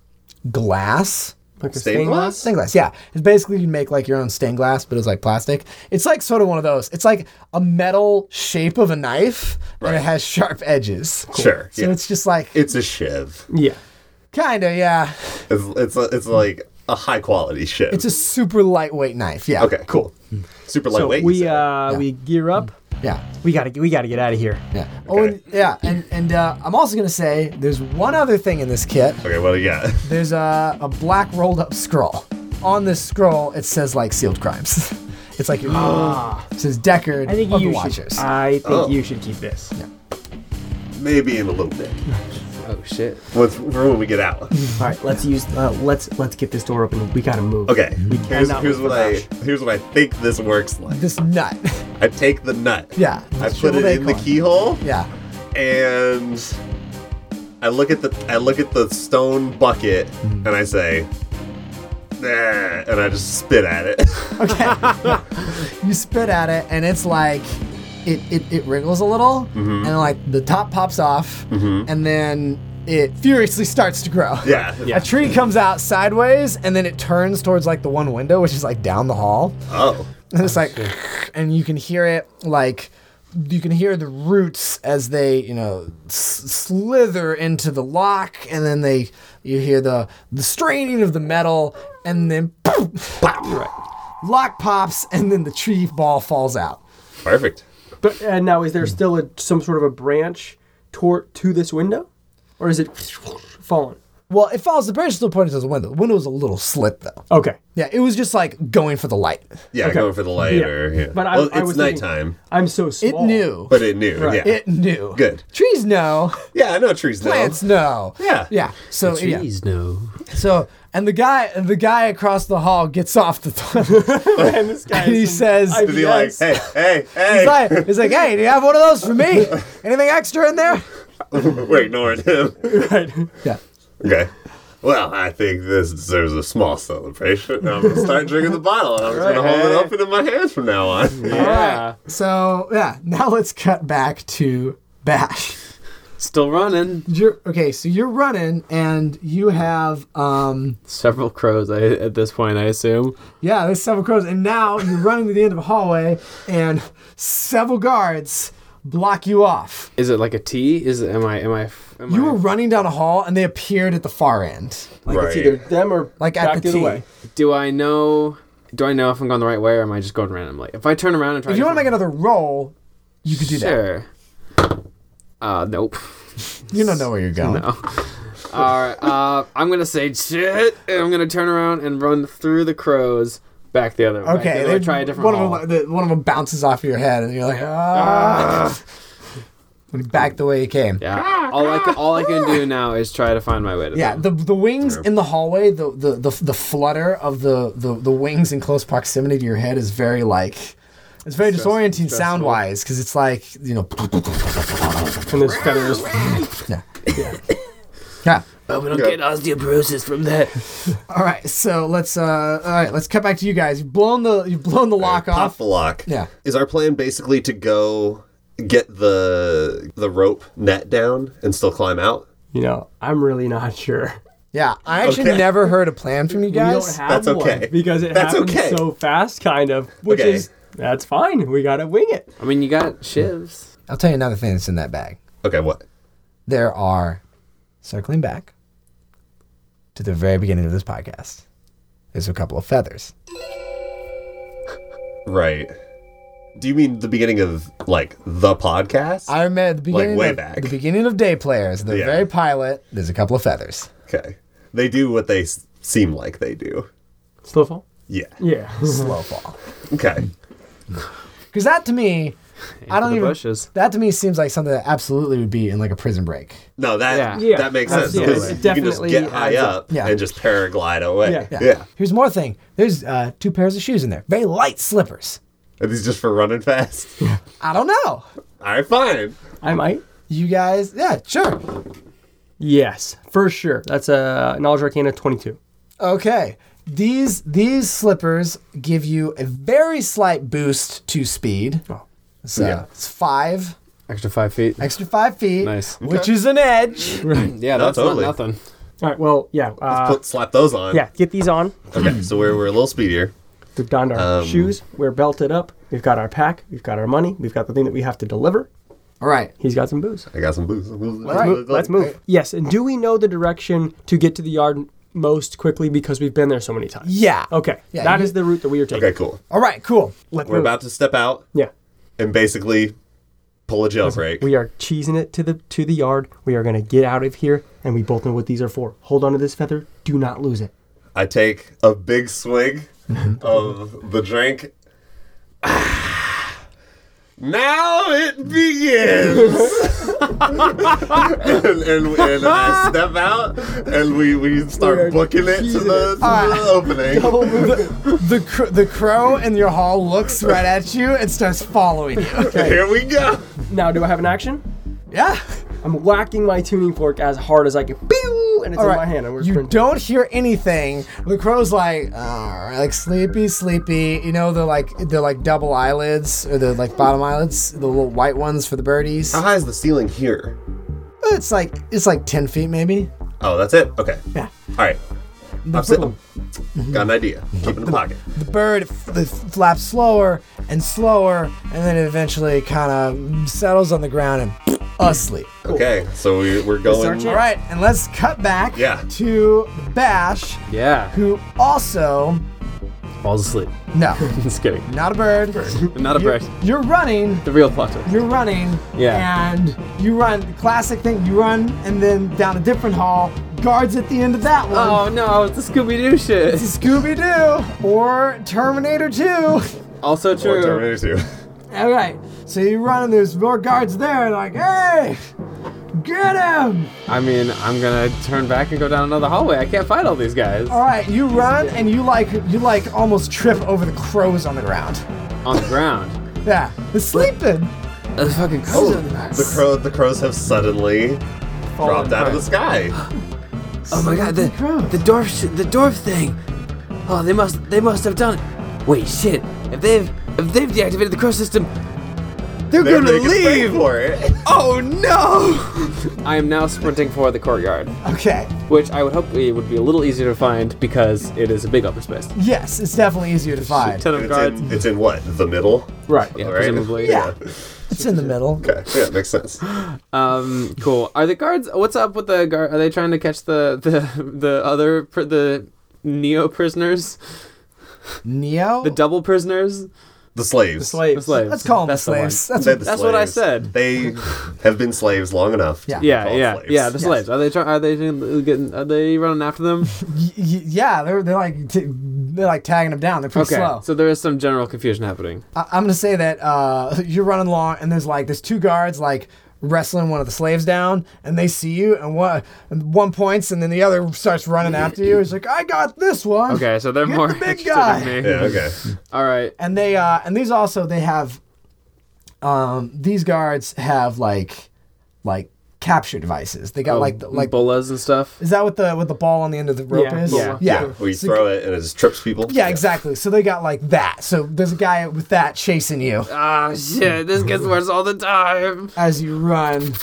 S6: glass.
S7: Like a
S4: Stained glass?
S6: Stained glass, yeah. It's basically you make like your own stained glass, but it's like plastic. It's like sort of one of those. It's like a metal shape of a knife, and
S4: Right.
S6: it has sharp edges.
S4: Sure.
S6: So
S4: yeah.
S6: it's just like
S4: It's a shiv.
S7: Yeah.
S6: kinda, yeah.
S4: It's it's, it's like a high quality shiv.
S6: It's a super lightweight knife. Yeah.
S4: okay. Cool. Super
S7: So
S4: lightweight. you
S7: we uh
S4: said.
S7: we gear up.
S6: Yeah.
S7: We gotta we gotta get out of here.
S6: Yeah. Oh, and, yeah. And and uh, I'm also gonna say there's one other thing in this kit.
S4: okay. Well, yeah.
S6: There's a a black rolled up scroll. On this scroll, it says like sealed crimes. it's like your
S4: Ah.
S6: it says Deckard
S7: I think
S6: of the
S7: you
S6: Watchers.
S7: should. Ah. I think
S4: Oh.
S7: you should keep this.
S4: Maybe in a little bit.
S3: Oh shit.
S4: With, for when we get out.
S7: All right, let's use. Uh, let's let's get this door open. We gotta move.
S4: Okay.
S7: We
S4: Here's,
S7: cannot
S4: here's
S7: move
S4: what
S7: the
S4: I
S7: couch.
S4: here's what I think this works like.
S6: this nut.
S4: I take the nut.
S6: yeah.
S4: I
S6: Sure,
S4: put it
S6: they
S4: in the
S6: call
S4: keyhole
S6: Yeah.
S4: and I look at the I look at the stone bucket
S7: Mm-hmm.
S4: and I say, nah, and I just spit at it.
S6: You spit at it, and it's like. It, it, it wriggles a little,
S4: Mm-hmm.
S6: and like the top pops off, and then it furiously starts to grow.
S4: yeah.
S6: A tree comes out sideways and then it turns towards like the one window, which is like down the hall.
S4: Oh.
S6: And it's like, and you can hear it like, you can hear the roots as they, you know, s- slither into the lock, and then they, you hear the the straining of the metal, and then boom, lock pops, and then the tree ball falls out.
S4: Perfect.
S7: But and now is there still a, some sort of a branch toward to this window, or is it fallen?
S6: Well, it falls. The branch still pointed to the window. The window was a little slit though.
S7: Okay.
S6: Yeah, it was just like going for the light.
S4: Yeah, going for the lighter. Yeah.
S7: But I-
S4: well,
S7: I
S4: it's
S7: was thinking-
S4: nighttime,
S7: I'm so
S6: It
S7: small.
S6: knew.
S4: but it knew.
S7: Right.
S4: Yeah.
S6: It knew.
S4: Good.
S6: Trees know.
S4: Yeah, I know trees know.
S6: plants no.
S4: Yeah.
S6: Yeah. So yeah.
S3: Trees know.
S6: So and the guy the guy across the hall gets off the toilet
S7: And this guy
S6: and he
S7: is some-
S6: says
S7: I-
S4: Is he like, hey,
S7: Yes.
S4: hey, hey?
S6: he's like, he's like, hey, do you have one of those for me? Anything extra in there?
S4: We're ignoring him.
S6: Yeah.
S4: Okay. Well, I think this deserves a small celebration. I'm gonna start drinking the bottle, and I'm just gonna hold it open in my hands from now on.
S3: Yeah.
S6: So yeah, now let's cut back to Bash.
S3: Still running.
S6: You're okay, so you're running and you have um
S3: Several crows I, at this point, I assume.
S6: yeah, there's several crows, and now you're running to the end of a hallway and several guards block you off.
S3: Is it like a T? Is it, am I am I am
S6: You
S3: I,
S6: were running down a hall and they appeared at the far end.
S7: Like
S4: Right.
S7: it's either them or
S6: Like at
S7: back
S6: the
S7: the other
S6: T.
S7: way.
S3: do I know do I know if I'm going the right way or am I just going randomly? If I turn around and try
S6: If you want to make another roll, you could do that.
S3: sure. Uh nope.
S6: You don't know where you're going.
S3: No. Alright, uh I'm gonna say shit and I'm gonna turn around and run through the crows back the other way.
S6: Okay,
S3: Like,
S6: they-
S3: try a different
S6: one
S3: hall.
S6: of them. The, one of them bounces off your head, and you're like, ah. And back the way you came.
S3: Yeah. All I, ca- all I can do now is try to find my way to
S6: Yeah,
S3: them.
S6: the the wings in the hallway, the the the, the flutter of the, the the wings in close proximity to your head is very like it's very disorienting
S3: stressful.
S6: sound wise because it's like you know
S7: And there's feathers.
S6: yeah.
S3: But we don't
S4: Yeah.
S3: get osteoporosis from that.
S6: All right, so let's uh all right let's cut back to you guys. You've blown the you've blown the lock
S4: Pop
S6: off.
S4: the lock.
S6: Yeah.
S4: Is our plan basically to go get the the rope net down and still climb out?
S7: You know, I'm really not sure.
S6: Yeah, I actually
S4: Okay.
S6: never heard a plan from you
S7: we don't
S6: guys.
S7: have
S4: that's
S7: one
S4: okay.
S7: because it
S4: That's
S7: happened
S4: okay.
S7: so fast, kind of. Which
S4: Okay.
S7: is that's fine. We gotta wing it.
S3: I mean, you got shivs.
S6: I'll tell you another thing that's in that bag.
S4: Okay, what?
S6: There are circling back to the very beginning of this podcast. There's a couple of feathers.
S4: Right. Do you mean the beginning of like the podcast?
S6: I remember at the beginning
S4: way
S6: of,
S4: back.
S6: the beginning of Day Players, the
S4: Yeah.
S6: very pilot. There's a couple of feathers.
S4: okay. They do what they s- seem like they do.
S7: Slowfall.
S4: Yeah.
S7: Yeah.
S6: Slow fall.
S4: Okay.
S6: Because that to me, I don't
S3: the
S6: even.
S3: bushes.
S6: That to me seems like something that absolutely would be in like a prison break.
S4: No, that
S3: Yeah.
S7: Yeah,
S4: that makes sense
S7: absolutely.
S4: because you
S7: It
S4: can just
S7: definitely
S4: get high
S7: adds up.
S4: up
S6: Yeah.
S4: and just paraglide away.
S7: Yeah.
S4: Yeah.
S6: Here's more thing. There's uh, two pairs of shoes in there. Very light slippers.
S4: Are these just for running fast?
S6: I don't know.
S4: All right, fine.
S7: I might.
S6: You guys, yeah, sure.
S7: Yes, for sure. That's a knowledge arcana 22.
S6: Okay. These these slippers give you a very slight boost to speed.
S7: Oh.
S6: So
S4: Yeah.
S6: it's five,
S3: Extra five feet.
S6: extra five feet.
S3: Nice.
S6: Which is an edge.
S3: Yeah,
S4: No,
S3: that's
S4: totally.
S3: not nothing.
S7: All right. Well, yeah. Uh,
S4: Put, slap those on.
S7: yeah. Get these on.
S4: Okay, so we're, we're a little speedier.
S7: We've donned our
S4: Um,
S7: shoes. We're belted up. We've got our pack. We've got our money. We've got the thing that we have to deliver.
S6: All right.
S7: He's got some booze.
S4: I got some booze. Let's,
S7: Mo- Let's move. Yes. And do we know the direction to get to the yard most quickly because we've been there so many times?
S6: Yeah.
S7: Okay.
S6: Yeah,
S7: that
S6: you-
S7: is the route that we are taking.
S4: Okay, cool.
S6: All right, cool.
S7: Let's
S4: We're
S7: move.
S4: about to step out
S7: Yeah.
S4: and basically pull a jailbreak.
S7: We are cheesing it to the to the yard. We are gonna get out of here, and we both know what these are for. Hold on to this feather. Do not lose it.
S4: I take a big swig of the drink. Now it begins, and, and, and I step out, and we, we start booking it to the, to the opening.
S6: The cr- the crow in your hall looks right at you and starts following you.
S4: Here we go.
S7: Now, do I have an action?
S6: Yeah.
S7: I'm whacking my tuning fork as hard as I can. Pew! And it's
S6: All
S7: in
S6: right.
S7: my hand. And we're
S6: you
S7: sprinting.
S6: don't hear anything. The crow's like, "Ah," like sleepy, sleepy. You know, they're like they're like double eyelids or the like bottom eyelids, the little white ones for the birdies.
S4: How high is the ceiling here?
S6: It's like it's like ten feet maybe.
S4: Oh, that's it. Okay. Yeah. All right. I'm sitting. Got an idea. Keep it in the pocket.
S6: The bird f- the f- flaps slower and slower, and then it eventually kind of settles on the ground and asleep.
S4: Okay, so we, we're
S7: our
S4: going.
S7: chance.
S6: All right, and let's cut back
S4: Yeah.
S6: to Bash,
S3: Yeah.
S6: who also
S3: Falls asleep.
S6: no,
S3: Just kidding.
S6: not a bird.
S3: Not a
S6: You're,
S3: break.
S6: you're running.
S3: The real plot twist.
S6: You're running.
S3: Yeah.
S6: And you run. The classic thing. You run and then down a different hall. Guards at the end of that one.
S3: Oh no, it's the Scooby Doo shit.
S6: Scooby Doo or Terminator 2.
S3: Also
S4: Or
S3: true.
S4: Terminator 2.
S6: All right. So you run and there's more guards there. Like, hey, get him!
S3: I mean, I'm gonna turn back and go down another hallway. I can't fight all these guys
S6: All right. You run and you like you like almost trip over the crows on the ground.
S3: on the ground.
S6: Yeah, they're sleeping.
S3: That's fucking cool.
S4: The crow, the crows have suddenly dropped out of the sky.
S3: Oh my god, the the dwarf sh- the dwarf thing. Oh, they must they must have done it. Wait, shit. If they've if they've deactivated the crow system, they're,
S4: They're
S3: gonna
S4: making
S3: leave.
S4: leave for it.
S3: Oh no! I am now sprinting for the courtyard,
S6: Okay.
S3: which I would hope it would be a little easier to find because it is a big open space.
S6: Yes, it's definitely easier to find.
S3: Ten of
S4: It's
S3: guards.
S4: in, it's in what? The middle?
S7: Right.
S3: Yeah,
S4: Right.
S3: presumably.
S6: Yeah. It's in the middle.
S4: Okay, yeah, makes sense.
S3: Um, cool. Are the guards? What's up with the guard? Are they trying to catch the the the other pr- the neo prisoners,
S6: Neo.
S3: the double prisoners,
S4: The slaves.
S7: The slaves.
S3: the slaves?
S6: Let's call them
S3: That's the one.
S6: slaves. That's
S4: They're the
S3: That's what I
S4: slaves.
S3: said.
S4: They have been slaves long enough.
S6: Yeah.
S4: be
S3: Yeah,
S4: called
S3: yeah,
S4: slaves.
S3: yeah. The slaves. Are they trying? Are they getting? Are they running after them?
S6: Y- y- yeah, they're they're like t- they're like tagging them down. They're pretty
S3: Okay.
S6: slow.
S3: So there is some general confusion happening.
S6: I- I'm gonna say that uh, you're running along, and there's like there's two guards like wrestling one of the slaves down, and they see you, and one and one points, and then the other starts running after you. He's like, "I got this one."
S3: Okay, so they're
S6: Get
S3: more
S6: the big
S3: interested
S6: guy.
S3: in me.
S4: Yeah, okay.
S3: All right.
S6: and they uh, and these also they have um, these guards have like like capture devices. They
S4: Oh,
S6: got like the, like
S3: bullas and stuff.
S6: is that what the what the ball on the end of the rope
S7: Yeah,
S6: is?
S7: bola.
S4: Yeah.
S6: yeah.
S4: We throw it and it just trips people.
S6: Yeah, exactly. So they got like that. So there's a guy with that chasing you
S3: Ah, shit! This gets worse all the time.
S6: as you run.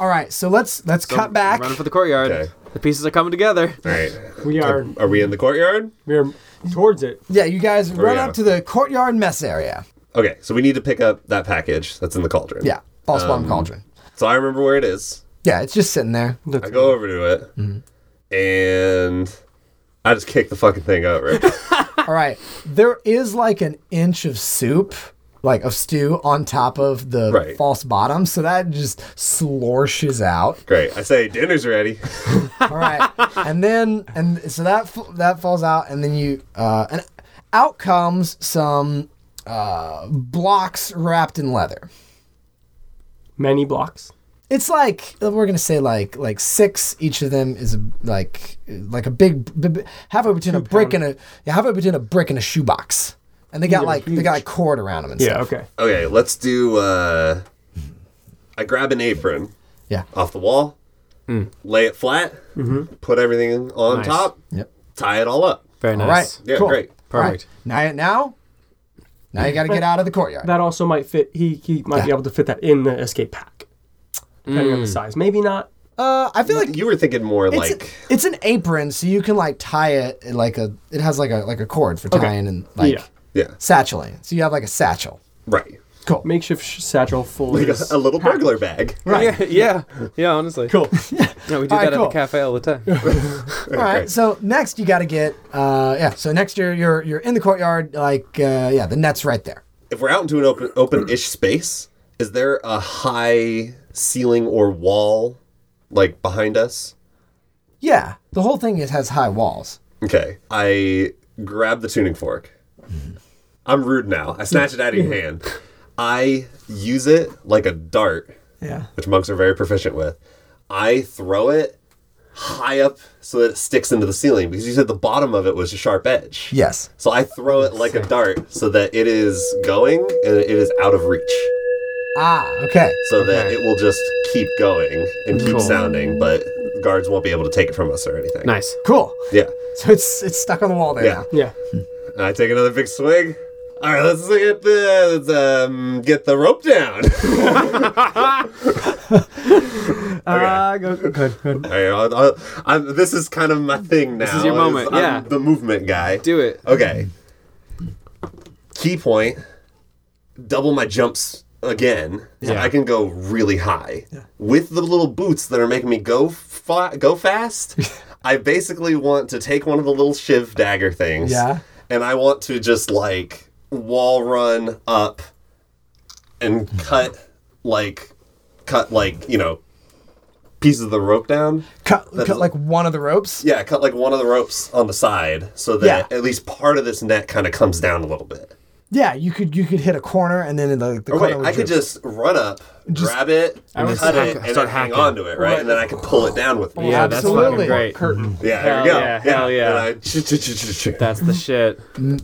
S6: All right, so let's let's cut back.
S3: Running for the courtyard.
S4: Okay.
S3: The pieces are coming together.
S4: All right.
S7: We are
S4: Are we in the courtyard?
S7: we are towards it.
S6: Yeah, you guys run
S4: yeah.
S6: up to the courtyard mess area.
S4: Okay, so we need to pick up that package that's in the cauldron.
S6: Yeah, false bomb cauldron.
S4: So I remember where it is.
S6: Yeah, it's just sitting there.
S4: I go over to it and I just kick the fucking thing over.
S6: All right, there is like an inch of soup, like of stew, on top of the
S4: Right.
S6: false bottom, so that just sloshes out.
S4: Great. I say dinner's ready.
S6: All right, and then and so that f- that falls out, and then you uh, and out comes some uh, blocks wrapped in leather.
S7: Many blocks.
S6: It's like we're gonna say like like six. Each of them is a, like like a big b- b- halfway between a brick and a yeah, halfway between a brick and a shoebox, and they got like they got like cord around them and
S7: Yeah.
S6: stuff.
S7: Okay.
S4: Okay, let's do. Uh, I grab an apron
S6: Yeah. Mm-hmm.
S4: off the wall, lay it flat, put everything on
S3: Nice.
S4: top,
S6: Yep.
S4: tie it all up.
S3: Very
S6: All
S3: nice.
S6: right.
S4: Yeah,
S6: cool.
S4: great.
S6: All right.
S3: Perfect.
S6: Now now now you got to get out of the courtyard.
S7: That also might fit. He he might be
S6: Yeah.
S7: able to fit that in the escape pack, depending
S4: Mm.
S7: on the size. Maybe not.
S6: Uh, I feel like
S4: You were thinking more
S6: it's,
S4: like
S6: it's an apron, so you can like tie it in, like a it has like a like a cord for tying and like
S7: Yeah.
S4: yeah,
S6: satcheling. So you have like a satchel.
S4: right,
S6: Cool.
S7: Makeshift sh- satchel full.
S4: like a,
S7: is-
S4: a little burglar bag.
S3: Yeah, yeah, yeah. Honestly,
S7: Cool.
S3: No, we do
S6: All right,
S3: that at
S6: cool.
S3: the cafe all the time.
S6: All right. So next, you got to get. Uh, yeah. So next, you're you're you're in the courtyard. Like, uh, yeah, the net's right there.
S4: If we're out into an open open-ish space, is there a high ceiling or wall like behind us?
S6: Yeah. The whole thing is has high walls.
S4: Okay, I grab the tuning fork. I'm rude now. I snatch it out of your hand. I use it like a dart,
S6: Yeah.
S4: which monks are very proficient with. I throw it high up so that it sticks into the ceiling because you said the bottom of it was a sharp edge.
S6: Yes.
S4: So I throw it like a dart so that it is going and it is out of reach.
S6: Ah. Okay.
S4: So that it will just keep going and keep sounding, but guards won't be able to take it from us or anything.
S3: Nice.
S6: Cool.
S4: Yeah.
S6: So it's it's stuck on the wall there.
S4: Yeah.
S6: now.
S7: Yeah.
S4: And I take another big swig. All right, let's get the let's, um, get the rope down. okay.
S3: Uh,
S7: Ah, go, go, good, good.
S4: All right, I'll- I'll- I'm- this is kind of my thing now. This
S3: is your moment, yeah.
S4: the movement guy.
S3: Do it.
S4: Okay. Key point. Double my jumps again. So
S3: Yeah.
S4: I can go really high. With the little boots that are making me go fa- go fast, I basically want to take one of the little shiv dagger things.
S6: Yeah.
S4: And I want to just like wall run up and cut like cut like, you know, pieces of the rope down.
S6: Cut,
S4: That's-
S6: cut like one of the ropes.
S4: Yeah, cut like one of the ropes on the side so that
S6: Yeah.
S4: at least part of this net kind of comes down a little bit.
S6: Yeah. You could you could hit a corner and then the, the
S4: Or Oh, wait,
S6: corner would
S4: I could
S6: droop.
S4: just run up, grab it,
S7: would
S4: cut
S7: hack-
S4: it, and then
S3: start
S4: hang
S3: hacking.
S4: onto it, right? And then I could pull it down with me.
S3: Yeah,
S6: Absolutely.
S3: that's fucking great.
S7: Curtain.
S4: Yeah, there
S3: Hell
S4: you go.
S3: yeah, hell yeah.
S4: And I ch- ch- ch- ch- ch-
S3: That's the shit.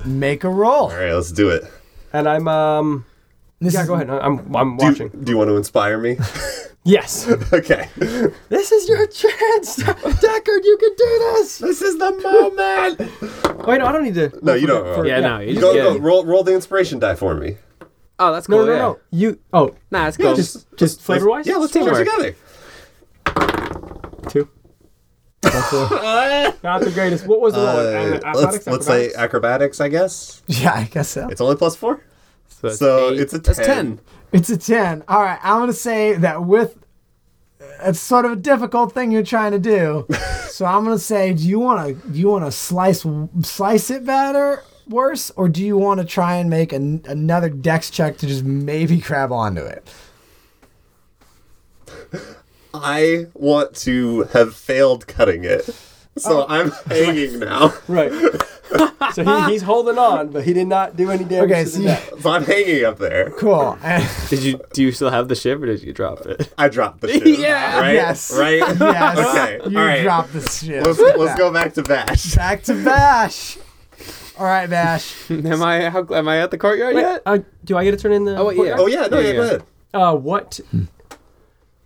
S6: make a roll.
S4: All right, let's do it.
S7: And I'm um.
S6: This
S7: Yeah,
S6: is-
S7: go ahead. I'm I'm
S4: Do,
S7: watching.
S4: do you want to inspire me?
S7: Yes.
S4: okay.
S7: this is your chance, Deckard. You can do this.
S4: this is the moment.
S7: Wait, no, I don't need to.
S4: No, you don't. uh,
S7: For-
S4: Yeah,
S3: Yeah, no. You just
S4: go,
S3: get
S4: go.
S3: it.
S4: Roll, roll the inspiration die for me.
S3: Oh, that's
S7: No,
S3: cool.
S7: no,
S3: yeah.
S7: no. You. Oh,
S3: Nah, that's cool.
S7: just just flavor wise.
S4: Yeah, let's put it
S3: Teamwork.
S4: together.
S7: Two. Not the greatest. What was the
S4: Uh,
S7: one?
S4: let's let's say acrobatics, I guess.
S6: Yeah, I guess so.
S4: It's only plus four.
S3: So, that's
S4: So
S3: eight.
S4: it's a
S3: That's
S4: 10.
S3: ten.
S6: It's a 10. All right, I'm going to say that with it's sort of a difficult thing you're trying to do. so I'm going to say do you want to do you want to slice slice it better worse or do you want to try and make an, another dex check to just maybe grab onto it?
S4: I want to have failed cutting it. So
S3: Oh.
S4: I'm hanging now.
S7: Right. so he, he's holding on, but he did not do any damage.
S6: Okay,
S7: to the
S6: so you-
S7: net.
S4: So I'm hanging up there.
S6: Cool.
S3: Did you do you still have the ship or did you drop it?
S4: I dropped the shit.
S3: Yeah.
S4: Right?
S6: Yes.
S4: Right?
S6: yes.
S4: Okay.
S6: You
S4: All right.
S6: dropped this shit.
S4: Let's, let's go back to Bash.
S6: Back to Bash. All right, Bash.
S3: am I how am I at the courtyard
S7: Wait,
S3: yet?
S7: uh, do I get to turn in the?
S3: Oh, wait, yeah.
S4: Oh, yeah. No, yeah,
S3: Yeah,
S4: go
S3: yeah.
S4: ahead.
S7: Uh, what?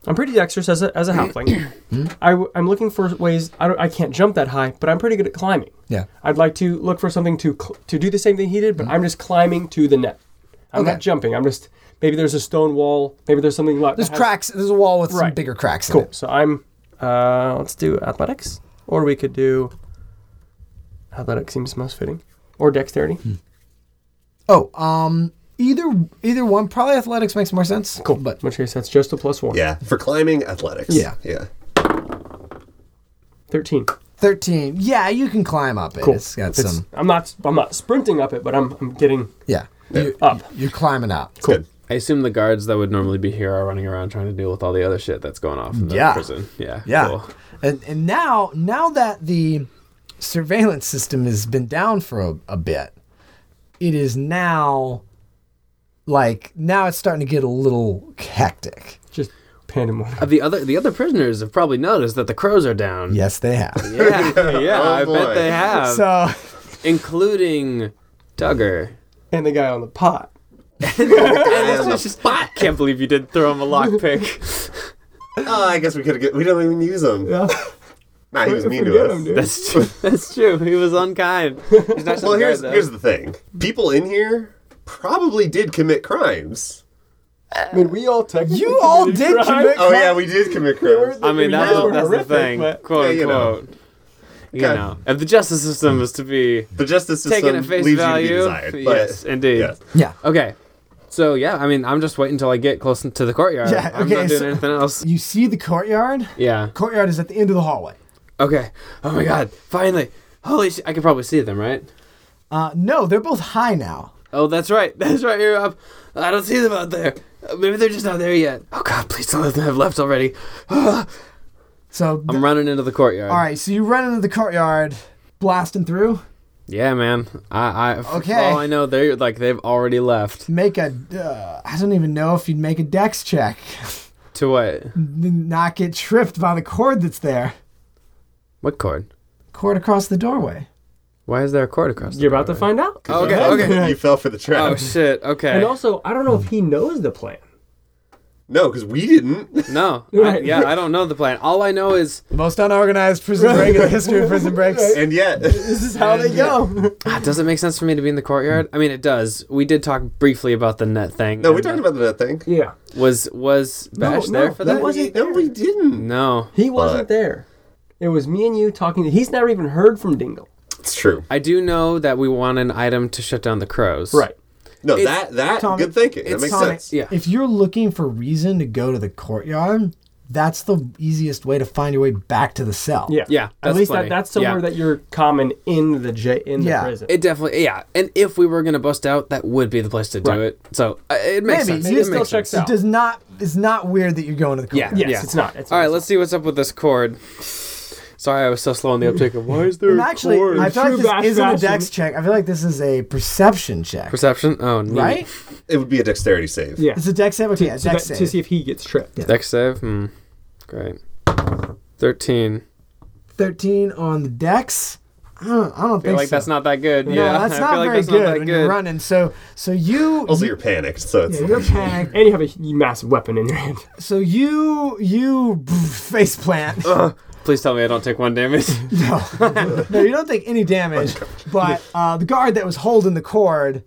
S7: I'm pretty dexterous as a, as a halfling. I, am looking for ways. I don't. I can't jump that high, but I'm pretty good at climbing.
S9: Yeah.
S7: I'd like to look for something to cl- to do the same thing he did, but I'm just climbing to the net.
S6: Mm-hmm.
S7: I'm
S6: Okay.
S7: not jumping. I'm just maybe there's a stone wall. Maybe there's something like
S6: There's cracks. There's a wall with some
S7: Right.
S6: bigger cracks in
S7: Cool.
S6: it.
S7: So I'm. Uh, let's do athletics, or we could do. Athletics seems most fitting, or dexterity.
S6: Hmm. Oh, um either either one probably athletics makes more sense.
S7: Cool.
S6: But
S7: In which case, that's just a plus one.
S4: Yeah. For climbing, athletics.
S6: Yeah.
S4: Yeah.
S7: Thirteen.
S6: 13. Yeah, you can climb up it.
S7: Cool.
S6: It's got
S7: It's-
S6: some.
S7: I'm not. I'm not sprinting up it, but I'm. I'm getting
S6: Yeah. You,
S7: up.
S6: you're climbing up.
S4: Cool. Good.
S3: I assume the guards that would normally be here are running around trying to deal with all the other shit that's going off in the
S6: Yeah.
S3: prison. Yeah.
S6: Yeah.
S3: cool.
S6: And and now now that the surveillance system has been down for a, a bit, it is now like now it's starting to get a little hectic.
S7: Just pandemonium.
S3: Uh, The other the other prisoners have probably noticed that the crows are down.
S6: Yes, they have.
S3: Yeah, yeah,
S4: Oh,
S3: I
S4: boy.
S3: bet they have,
S6: So
S3: including Tugger.
S7: And the guy on the pot.
S4: And the
S3: I can't believe you didn't throw him a lockpick.
S4: Oh, I guess we could have. We don't even use them. Nah, he was mean to
S7: Forget
S4: us.
S7: him, dude.
S3: that's true. That's true. He was unkind. He's not
S4: Well, here's here's the thing. People in here probably did commit crimes.
S7: I mean, we all technically.
S6: you all did
S7: crime.
S6: commit
S4: Oh yeah, we did commit crimes.
S3: I mean, that's,
S7: guys were
S3: that's the
S7: horrific,
S3: thing.
S7: but-
S4: Yeah,
S3: Quote
S4: you know.
S3: unquote. You
S4: Okay.
S3: know, if the justice system is to be
S4: The justice system
S3: taken at face
S4: leaves you to
S3: value,
S4: be desired. But
S3: yes, indeed.
S4: Yes.
S6: Yeah.
S3: Okay, so yeah, I mean, I'm just waiting until I get close to the courtyard.
S6: Yeah,
S3: I'm
S6: okay,
S3: not doing
S6: so-
S3: anything else.
S6: You see the courtyard?
S3: Yeah.
S6: Courtyard is at the end of the hallway.
S3: Okay. Oh my God! Finally. Holy shit! I can probably see them, right?
S6: Uh, no, they're both high now.
S3: Oh, that's right. That's right. You're up. I don't see them out there. Uh, Maybe they're just not there yet. Oh God! Please don't let them have left already.
S6: So
S3: I'm running into the courtyard.
S6: all right, so you run into the courtyard, blasting through.
S3: Yeah, man. I. I
S6: Okay.
S3: All I know, they're like they've already left.
S6: Make a uh, I don't even know if you'd make a dex check.
S3: To what?
S6: N- Not get tripped by the cord that's there.
S3: What cord?
S6: Cord across the doorway.
S3: Why is there a cord across? the
S7: You're about to
S3: doorway?
S7: find out.
S3: Okay. Okay.
S4: You fell for the trap.
S3: oh shit. Okay.
S7: And also, I don't know if he knows the plan.
S4: No, because we didn't.
S3: no. I,
S7: Right.
S3: yeah, I don't know the plan. All I know is
S6: Most unorganized prison break in the history of prison breaks.
S4: And yet,
S7: This is how they go.
S3: ah, does it make sense for me to be in the courtyard? I mean, it does. We did talk briefly about the net thing.
S4: no, we
S3: and
S4: talked about that thing.
S7: yeah.
S3: Was was Bash
S7: no,
S3: there for
S7: that
S3: that?
S7: wasn't-
S4: We- No, we didn't.
S3: No.
S7: He wasn't there. It was me and you talking. To, he's never even heard from Dingle.
S4: It's true.
S3: I do know that we want an item to shut down the crows.
S4: No,
S3: It's-
S4: that that
S6: Tommy,
S4: good thinking. That
S3: it's
S4: makes
S6: Sonic,
S4: sense.
S3: Yeah.
S6: if you're looking for reason to go to the courtyard, that's the easiest way to find your way back to the cell.
S7: Yeah.
S3: Yeah,
S7: At
S3: that's
S7: least
S3: plenty.
S7: that, that's somewhere
S3: Yeah.
S7: that you're common in the j in
S6: Yeah.
S7: the prison.
S3: It definitely, yeah. And if we were gonna bust out, that would be the place to do
S7: Right.
S3: it. So uh, it makes
S6: Maybe.
S3: sense.
S6: It
S3: It
S7: still
S3: makes
S7: checks
S3: sense.
S7: out.
S6: It does not. It's not weird that you're going to the
S3: Yeah.
S6: courtyard.
S7: yes,
S3: yeah.
S7: it's not. It's
S3: All right,
S7: not.
S3: let's see what's up with this cord. Sorry, I was so slow on the uptake. Of, Why is there
S6: Hmm. And
S3: a
S6: actually,
S3: cord?
S6: I feel like
S7: True
S6: this
S7: bash
S6: isn't a
S7: bashing.
S6: dex check. I feel like this is a perception check.
S3: Perception. Oh, neat.
S6: right?
S4: It would be a dexterity save.
S7: Yeah.
S6: It's a dex save. Okay, yeah,
S7: So
S6: dex
S7: that-
S6: save.
S7: to see if he gets tripped.
S3: Dex save. Hmm. Great. Thirteen.
S6: Thirteen on the dex. I don't. I don't
S3: I feel
S6: think
S3: like
S6: so.
S3: that's not that good.
S6: No,
S3: yeah,
S6: that's
S3: I
S6: not
S3: feel like
S6: very
S3: that's
S6: good
S3: Not that
S6: when
S3: good.
S6: you're running. So, so you.
S4: Also, you're panicked, so it's
S6: yeah, you're panicked.
S7: And you have a massive weapon in your hand.
S6: So you you face plant.
S3: Uh. Please tell me I don't take one damage.
S6: No, you don't take any damage. But uh, the guard that was holding the cord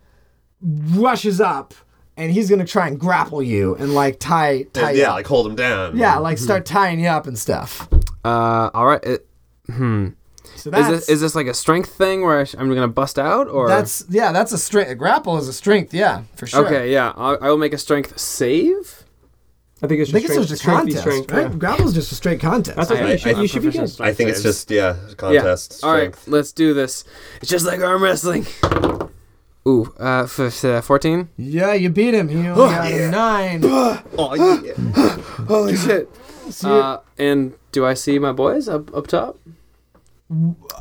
S6: rushes up, and he's gonna try and grapple you and like tie tie.
S4: And
S6: you
S4: yeah,
S6: up.
S4: like hold him down.
S3: mm-hmm.
S6: yeah, like start tying you up and stuff.
S3: uh, all right. It, hmm.
S6: So
S3: Is
S6: that's
S3: this, is this like a strength thing where I sh- I'm gonna bust out or
S10: That's yeah. That's a strength. Grapple is a strength. Yeah, for sure.
S3: okay? Yeah, I'll, I will make a strength save.
S7: I think it's
S6: I think it's
S7: just strength,
S6: just a
S7: strength v
S6: contest,
S7: strength,
S6: right?
S7: yeah.
S6: Grapple's just a straight contest.
S7: That's what
S3: I-
S7: you should,
S3: I'm
S7: you should be
S3: proficient in
S7: good.
S3: strength
S4: I think it's
S3: saves.
S4: just yeah
S3: yeah.
S4: contest
S3: All right,
S4: strength.
S3: let's do this. It's just like arm wrestling. Ooh, uh, f- uh, 14?
S6: yeah, you beat him. He only
S3: Oh,
S6: got a nine.
S4: Oh, yeah.
S3: Holy shit. Uh, and do I see my boys up up top?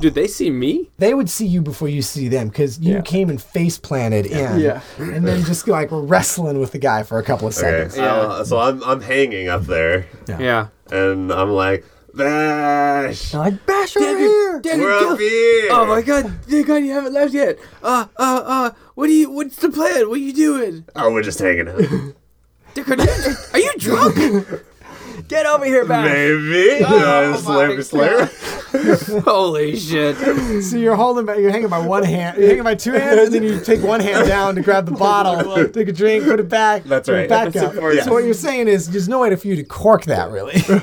S3: Do they see me?
S6: they would see you before you see them because you
S7: Yeah.
S6: came and face planted in,
S7: Yeah.
S6: and then just like were wrestling with the guy for a couple of
S4: Okay,
S6: seconds.
S4: so, I'll- so I'm I'm hanging up there,
S3: Yeah.
S4: and I'm like, Bash,
S6: I'm like bash over here.
S4: we're up here.
S3: Oh my god, dear god, you haven't left yet. Uh, uh, uh, what do you, what's the plan? What are you doing?
S4: Oh, we're just hanging out.
S3: Dick, are you- are you drunk?
S7: Get over here, back.
S4: Maybe. Uh, Slayer, Slayer.
S3: Holy shit.
S6: So you're holding, by, you're hanging by one hand, you're hanging by two hands, and then you take one hand down to grab the bottle, take a drink, put it back.
S4: That's
S6: put
S4: right.
S6: It back up.
S4: important.
S6: So what you're saying is, there's no way for you to cork that really.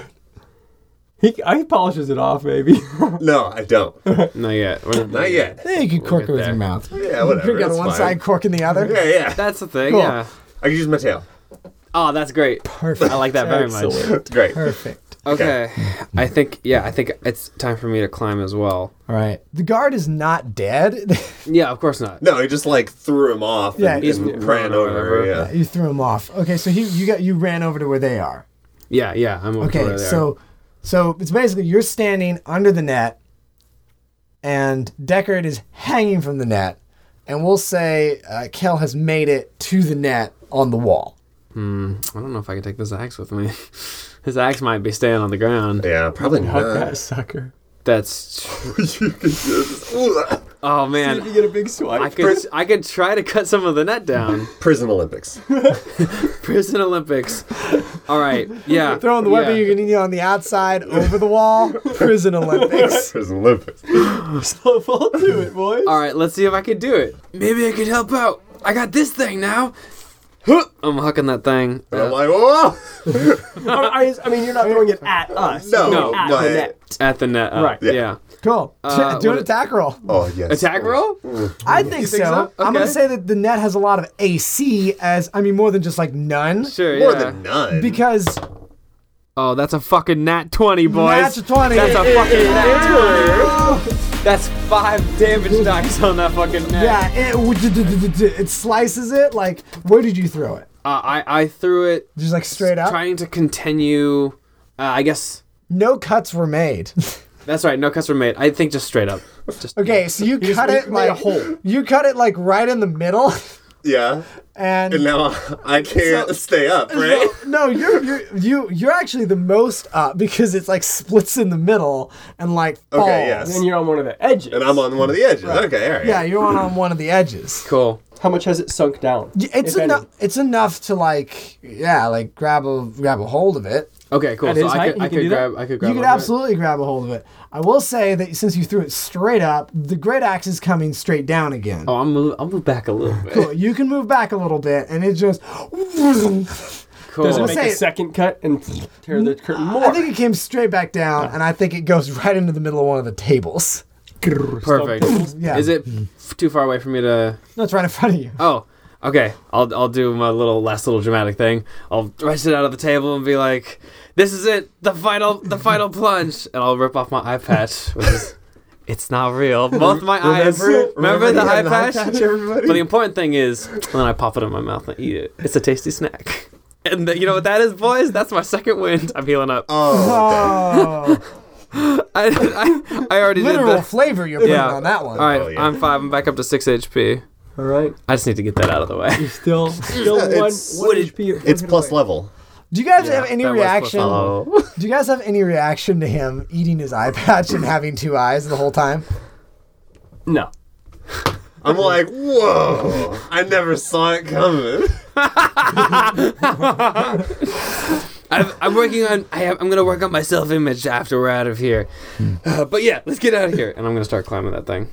S7: He, he polishes it off, maybe.
S4: No, I don't.
S3: Not yet. We're
S4: Not yet.
S6: Yeah, you can cork it
S3: get
S6: with
S3: there.
S6: your mouth.
S4: Yeah, whatever.
S6: Drink out of
S4: it's
S6: one
S4: fine.
S6: side, cork in the other.
S4: Yeah, yeah.
S3: That's the thing,
S6: Cool.
S3: yeah.
S4: I can use my tail.
S3: Oh, that's great.
S6: Perfect.
S3: I like that very much.
S4: It's great.
S6: Perfect.
S3: Okay. I think, yeah, I think it's time for me to climb as well.
S6: All right. The guard is not dead.
S3: Yeah, of course not.
S4: No, he just like threw him off
S6: Yeah,
S4: and,
S6: he's
S4: and
S3: running
S4: ran
S3: or
S4: over.
S3: whatever.
S4: Yeah.
S6: you threw him off. Okay, so he, you got you ran over to where they are.
S3: Yeah, yeah, I'm over
S6: Okay,
S3: there.
S6: so so it's basically you're standing under the net, and Deckard is hanging from the net, and we'll say uh, Kel has made it to the net on the wall.
S3: I don't know if I can take this axe with me. His axe might be staying on the ground.
S4: Yeah, probably
S7: Fuck
S4: not.
S7: that sucker.
S3: That's.
S4: Ooh, ah.
S3: Oh
S7: Did you
S3: man,
S7: get a big swipe?
S3: I could I could try to cut some of the net down.
S4: Prison Olympics.
S3: Prison Olympics. All right, yeah.
S6: Throwing the weapon
S3: yeah.
S6: you're gonna need on the outside over the wall. Prison Olympics.
S4: Prison Olympics.
S7: so fall to it, boys.
S3: All right, let's see if I can do it. Maybe I could help out. I got this thing now. Huh, I'm hucking that thing.
S4: And I'm
S3: Uh,
S4: like, oh
S7: I, I- I mean, you're not throwing it at us.
S4: no,
S3: No,
S7: at
S4: no.
S7: the net.
S3: at the net. uh,
S7: Right.
S3: Yeah.
S6: Cool.
S3: Uh,
S6: Do an
S3: what-
S6: attack roll.
S4: Oh yes.
S3: Attack roll?
S6: I think, so.
S3: think so?
S6: I'm gonna
S3: Okay.
S6: say that the net has a lot of AC as I mean more than just like none.
S3: Sure.
S4: More
S3: yeah.
S4: than none.
S6: Because
S3: Oh, that's a fucking nat 20, boys.
S6: Nat 20.
S3: That's a fucking nat 20. That's five damage dice on that fucking net.
S6: yeah, it, it slices it like where did you throw it?
S3: Uh, I, I threw it
S6: Just like straight up.
S3: trying to continue. Uh, I guess
S6: No cuts were made.
S3: that's right. No cuts were made. I think just straight up. Just
S6: Okay, so you cut it like You cut it like right in the middle,
S4: Yeah.
S6: and,
S4: And now I can't stay up, right?
S6: no, you're, you're you you're actually the most up because it's like splits in the middle and like falls.
S4: Okay, yes.
S7: Then you're on one of the edges.
S4: And I'm on one of the edges. Okay, all right.
S6: Yeah, you're on on one of the edges.
S3: cool.
S7: How much has it sunk down?
S6: Y- It's
S7: If any.
S6: enough. It's enough to like yeah, like grab a grab a hold of it.
S3: Okay, cool.
S7: At
S3: So
S7: his
S3: I
S7: height,
S3: could,
S7: you
S3: I
S7: can
S3: could
S7: do that?
S3: grab. I could grab.
S6: You could
S3: onto it.
S6: absolutely grab a hold of it. I will say that since you threw it straight up, the great axe is coming straight down again.
S3: Oh, I'm move, I'll move back a little bit.
S6: Cool. You can move back a little bit, and it just.
S3: Cool.
S7: Does it
S6: I'll
S7: make
S6: say
S7: a
S6: it-
S7: second cut and tear the curtain more?
S6: I think it came straight back down, and I think it goes right into the middle of one of the tables.
S3: Perfect.
S6: Yeah.
S3: Is it f- too far away for me to?
S6: No, it's right in front of you.
S3: Oh, okay. I'll I'll do my little last little dramatic thing. I'll rush it out of the table and be like, "This is it, the final, the final plunge," and I'll rip off my eye patch. Which is, it's not real. Both my eyes. Remember, the eye patch? But the important thing is, and then I pop it in my mouth and eat it. It's a tasty snack. And the, you know what that is, boys? That's my second wind. I'm healing up.
S4: Oh,
S6: Oh,
S3: I, I, I already did
S6: literal
S3: that.
S6: flavor you're putting
S3: Yeah.
S6: on that one.
S3: All right,
S4: Oh, yeah.
S3: I'm five. I'm back up to six HP.
S7: All right.
S3: I just need to get that out of the way.
S7: Still, still one, one
S4: It's-
S7: HP.
S4: it's plus level.
S6: Do you guys have any
S3: that was supposed
S6: reaction?
S3: to follow.
S6: Do you guys have any reaction to him eating his eye patch and having two eyes the whole time?
S7: No.
S4: I'm like, whoa! I never saw it coming.
S3: I'm, I'm working on. I have, I'm gonna work on my self-image after we're out of here. Uh, but yeah, let's get out of here, and I'm gonna start climbing that thing.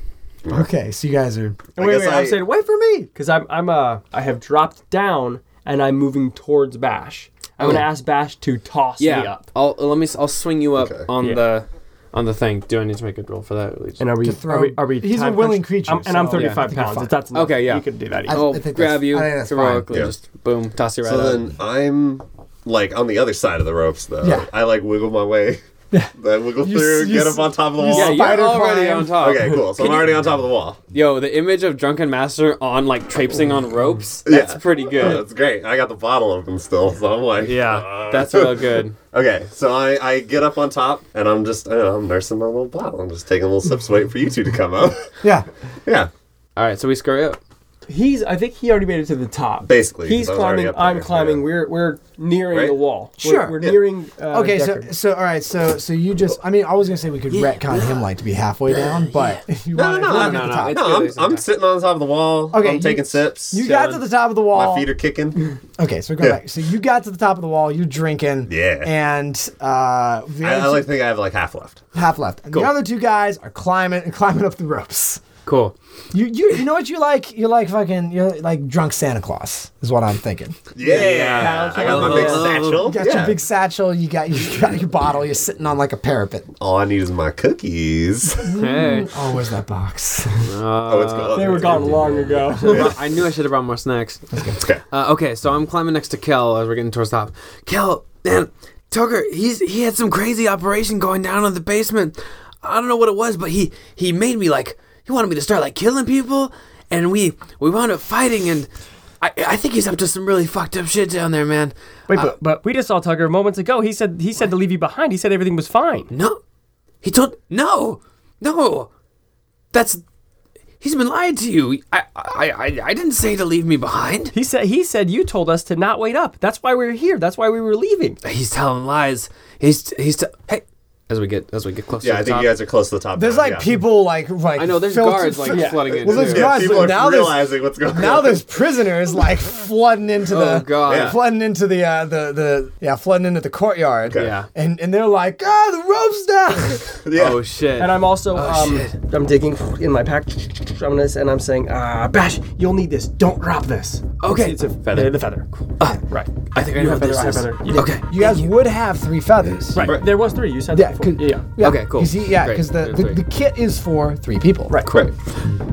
S6: Okay, so you guys are.
S7: Wait, wait,
S4: guess I-
S7: I'm saying wait for me because I'm I'm uh I have dropped down and I'm moving towards
S4: Oh.
S7: Bash. I'm gonna ask Bash to toss me
S3: Yeah, uh,
S7: up.
S3: I'll let me. s- I'll swing you up on
S7: Yeah.
S3: the on the thing. Do I need to make a roll for that? At least?
S7: And are we?
S6: To
S7: are
S6: throw-
S7: we? Are we
S6: He's a
S7: time
S6: willing
S7: crunch-
S6: creature,
S7: I'm- and I'm
S6: so- Yeah,
S7: 35
S6: I think you're
S7: pounds.
S6: fine.
S7: If that's enough,
S3: Okay, yeah.
S7: You can do that.
S11: I-
S7: easily.
S3: I'll
S11: I think
S3: grab
S11: that's-
S3: you
S11: I think that's fine.
S3: heroically,
S4: Yeah.
S3: just boom, toss you right
S4: So
S3: out.
S4: then I'm like on the other side of the ropes though.
S6: Yeah.
S4: I like wiggle my way. I wiggle
S6: You
S4: through,
S6: s- you
S4: get
S6: s-
S4: up on top of the
S6: you
S4: wall.
S3: yeah,
S6: spider
S3: you're already
S6: climb.
S3: on top.
S4: Okay, cool. So I'm already on top of the wall.
S3: Yo, the image of drunken master on like traipsing on ropes. That's
S4: Yeah.
S3: pretty
S4: Yeah,
S3: good.
S4: that's great. I got the bottle open still, so I'm like,
S3: Yeah,
S4: uh,
S3: that's real good.
S4: Okay, so I, I get up on top and I'm just I know, I'm nursing my little bottle. I'm just taking little sips, waiting for you two to come up.
S6: Yeah.
S4: yeah,
S3: All right, so we scurry up.
S7: He's. I think he already made it to the top.
S4: Basically,
S7: he's
S4: I was already
S7: climbing.
S4: up there,
S7: I'm climbing.
S4: yeah.
S7: We're we're nearing
S4: Right?
S7: the wall.
S6: Sure.
S7: We're, we're
S4: Yeah.
S7: nearing. Uh,
S6: Okay, so
S7: Deckard.
S6: so all right, so so you just I mean I was gonna say we could retcon him like to be halfway down, but if you
S4: No,
S6: want
S4: no, no,
S3: no,
S4: no,
S3: no,
S4: no.
S3: it's
S4: no I'm,
S3: good.
S4: I'm sitting on top of the wall.
S6: Okay,
S4: I'm
S6: you-
S4: taking sips.
S6: you got to the top of the wall.
S4: my feet are kicking.
S6: okay, so go
S4: Yeah.
S6: back. So you got to the top of the wall. You're drinking.
S4: Yeah.
S6: And uh, the other
S4: I, I
S6: two-
S4: like to think I have like half left.
S6: half left. And
S3: Cool.
S6: the other two guys are climbing climbing up the ropes.
S3: Cool.
S6: You you you know what you like? You like fucking you're like drunk Santa Claus is what I'm thinking.
S4: Yeah, I got my big satchel.
S6: You got
S4: Yeah.
S6: your big satchel. You got you got your bottle. You're sitting on like a parapet.
S4: All I need is my cookies.
S3: Hey.
S6: Oh, where's that box?
S4: oh, it's gone.
S7: they were gone long ago.
S3: I knew I should have brought more snacks.
S4: Okay.
S3: Uh, okay, so I'm climbing next to Kel as we're getting towards the top. Kel, man, Tucker, he's he had some crazy operation going down in the basement. I don't know what it was, but he he made me like he wanted me to start like killing people, and we we wound up fighting, and I I think he's up to some really fucked up shit down there, man. Uh,
S7: Wait, but, but we just saw Tugger moments ago. He said he said to leave you behind. He said everything was fine.
S3: No, he told no, no. That's he's been lying to you. I I I, I didn't say to leave me behind.
S7: He said he said you told us to not wait up. That's why we were here. That's why we were leaving.
S3: He's telling lies. He's he's t- hey. As we get as we get closer,
S4: Yeah,
S3: to
S4: I
S3: the
S4: think
S3: top,
S4: you guys are close to the top.
S6: There's
S4: now,
S6: like
S4: yeah.
S6: people like like
S3: I know there's
S6: filter-
S3: guards like flooding in.
S6: Well, there's
S3: too.
S4: Yeah,
S6: guys,
S4: people
S6: but
S4: are
S6: now there's-
S4: realizing what's going on.
S6: now there's prisoners like flooding into
S3: Oh,
S6: the
S3: God. Yeah.
S6: flooding into the uh, the the yeah flooding into the courtyard.
S4: Okay.
S3: Yeah.
S6: And and they're like, ah, the rope's down.
S4: yeah.
S3: Oh shit!
S7: And I'm also um,
S3: shit.
S7: I'm digging in my pack. I'm gonna, and I'm saying, ah, Bash, you'll need this. Don't drop this. Uh,
S3: Okay.
S7: It's, it's a feather. The feather.
S3: Ah.
S7: right.
S3: I think I
S7: You
S3: know
S7: have
S3: what this
S7: feather. I
S3: is.
S7: have feather. Yeah.
S3: Okay.
S6: you guys would have three feathers.
S7: Right. There was three. You said
S6: Yeah,
S7: that
S6: 'cause-
S7: before. Yeah. yeah.
S6: Yeah,
S3: Okay, cool.
S6: 'cause he- yeah,
S3: Great.
S6: because the,
S3: There's
S6: the,
S3: three.
S6: the kit is for three people.
S7: Right.
S4: Right.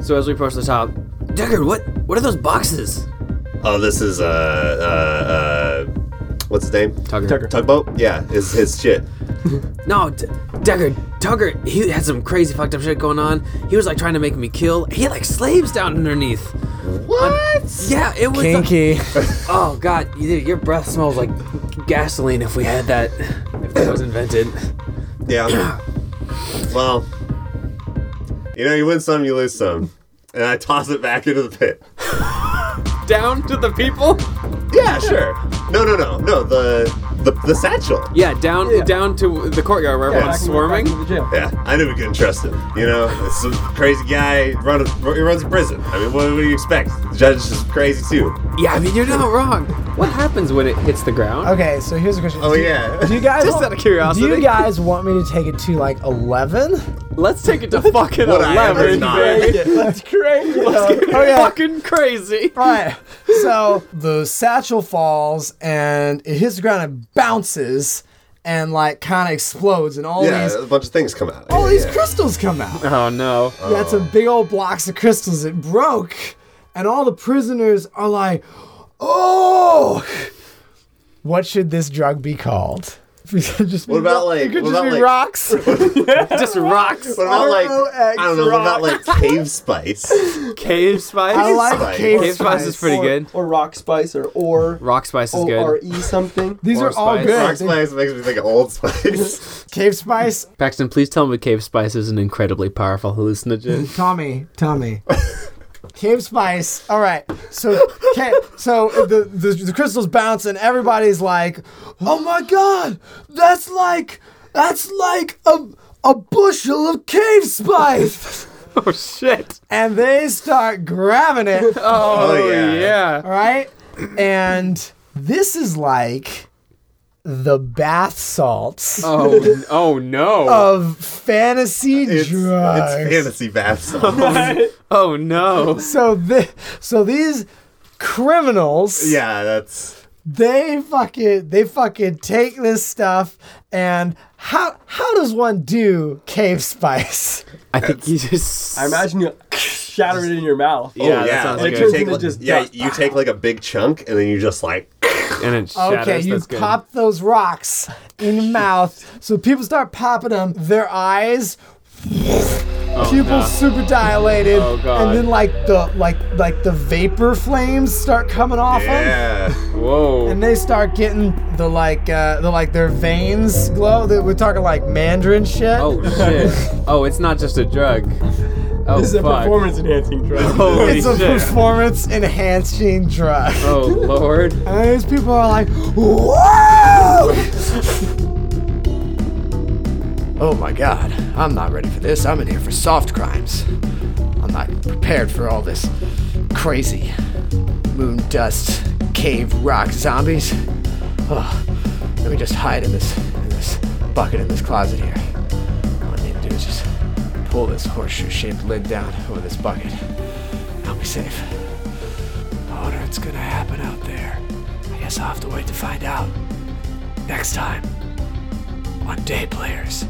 S3: So as we approach the top, Deckard, what what are those boxes?
S4: Oh, this is uh, uh, uh what's his name?
S3: Tugger.
S4: Tugboat. Yeah, is his shit.
S3: No, D- Deckard. Tugger. He had some crazy fucked up shit going on. He was like trying to make me kill. He had like slaves down underneath.
S4: What?
S3: Yeah, it was.
S12: Kinky.
S3: oh god, you- your breath smells like gasoline. If we had that, if that was invented.
S4: Yeah. well, you know, you win some, you lose some, and I toss it back into the pit.
S3: Down to the people.
S4: Yeah, sure. No, no, no, no. The the, the satchel.
S3: Yeah, down down to the courtyard where
S7: Back
S3: everyone's
S7: in-
S3: swarming.
S7: back in the jail.
S4: Yeah, I knew we couldn't trust him. You know, it's a crazy guy. Run, he runs a prison. I mean, what, what do you expect? The judge is crazy too.
S3: Yeah, I mean you're not wrong. What happens when it hits the ground?
S6: Okay, so here's a question.
S4: Oh
S6: Do-
S4: yeah.
S6: Do you guys
S3: Just
S6: want-
S3: out of curiosity.
S6: Do you guys want me to take it to like eleven?
S3: Let's take it to fucking
S4: Would I ever
S3: eleven.
S4: not?
S3: baby.
S6: That's great.
S7: Oh,
S3: You're Fucking crazy.
S6: Alright. So the satchel falls and it hits the ground and bounces and like kind of explodes and all
S4: yeah,
S6: these
S4: a bunch of things come out.
S6: all
S4: Yeah,
S6: these
S4: yeah.
S6: crystals come out.
S3: Oh no.
S6: That's a big old blocks of crystals. It broke, and all the prisoners are like, "Oh, what should this drug be called?" just
S4: What about, like-
S6: it could
S4: what
S6: just
S4: about,
S6: be
S4: like-
S6: rocks?
S3: Just rocks.
S4: What about like I
S6: ROX
S4: don't know? What about like cave spice?
S3: Cave spice.
S6: I like
S4: spice.
S6: cave,
S3: Cave spice is pretty
S7: or,
S3: good.
S7: Or rock spice or or
S3: Rock spice is
S7: O
S3: good.
S7: R E something.
S6: These
S3: or
S6: are all
S3: spice.
S6: good.
S4: Rock spice makes me think of old spice.
S6: Cave spice.
S3: Paxton, please tell me cave spice is an incredibly powerful hallucinogen.
S6: Tommy, Tommy. Cave spice. All right. So, okay, so the, the the crystals bounce and everybody's like, "Oh my god, that's like that's like a a bushel of cave spice."
S3: oh shit.
S6: and they start grabbing it. All
S4: Oh,
S3: Yeah.
S6: right. And this is like the bath salts
S3: Oh, oh no.
S6: of fantasy
S4: It's, it's
S6: drugs.
S4: fantasy bath salts.
S3: oh no.
S6: So, thi- so these criminals
S4: yeah, that's
S6: they fucking they fucking take this stuff and how how does one do cave spice?
S3: I think you just.
S7: I imagine you shatter it in your mouth.
S3: Yeah, that
S4: yeah.
S3: sounds
S4: Like
S3: good.
S4: you
S7: It
S4: take,
S7: turns
S4: like,
S7: into just
S4: yeah,
S7: dust.
S4: you take like a big chunk and then you just like
S3: and it shatters.
S6: Okay, you
S3: That's good.
S6: pop those rocks in your mouth. So people start popping them. Their eyes, pupils
S3: Oh, no.
S6: super dilated,
S3: Oh, God.
S6: and then like the like like the vapor flames start coming off them,
S4: yeah.
S3: Whoa.
S6: and they start getting the like uh, the like their veins glow. That we're talking like Mandarin shit.
S3: oh shit. Oh, it's not just a drug. Oh
S7: This is a
S3: fuck. Oh,
S7: performance enhancing drug.
S3: Holy
S6: It's a
S3: shit.
S6: performance enhancing drug.
S3: oh lord.
S6: And these people are like, whoa!
S13: Oh my god, I'm not ready for this. I'm in here for soft crimes. I'm not prepared for all this crazy moon dust, cave rock zombies. Oh, let me just hide in this, in this bucket in this closet here. All I need to do is just pull this horseshoe shaped lid down over this bucket. I'll be safe. I wonder what's gonna happen out there. I guess I'll have to wait to find out. Next time, one day players.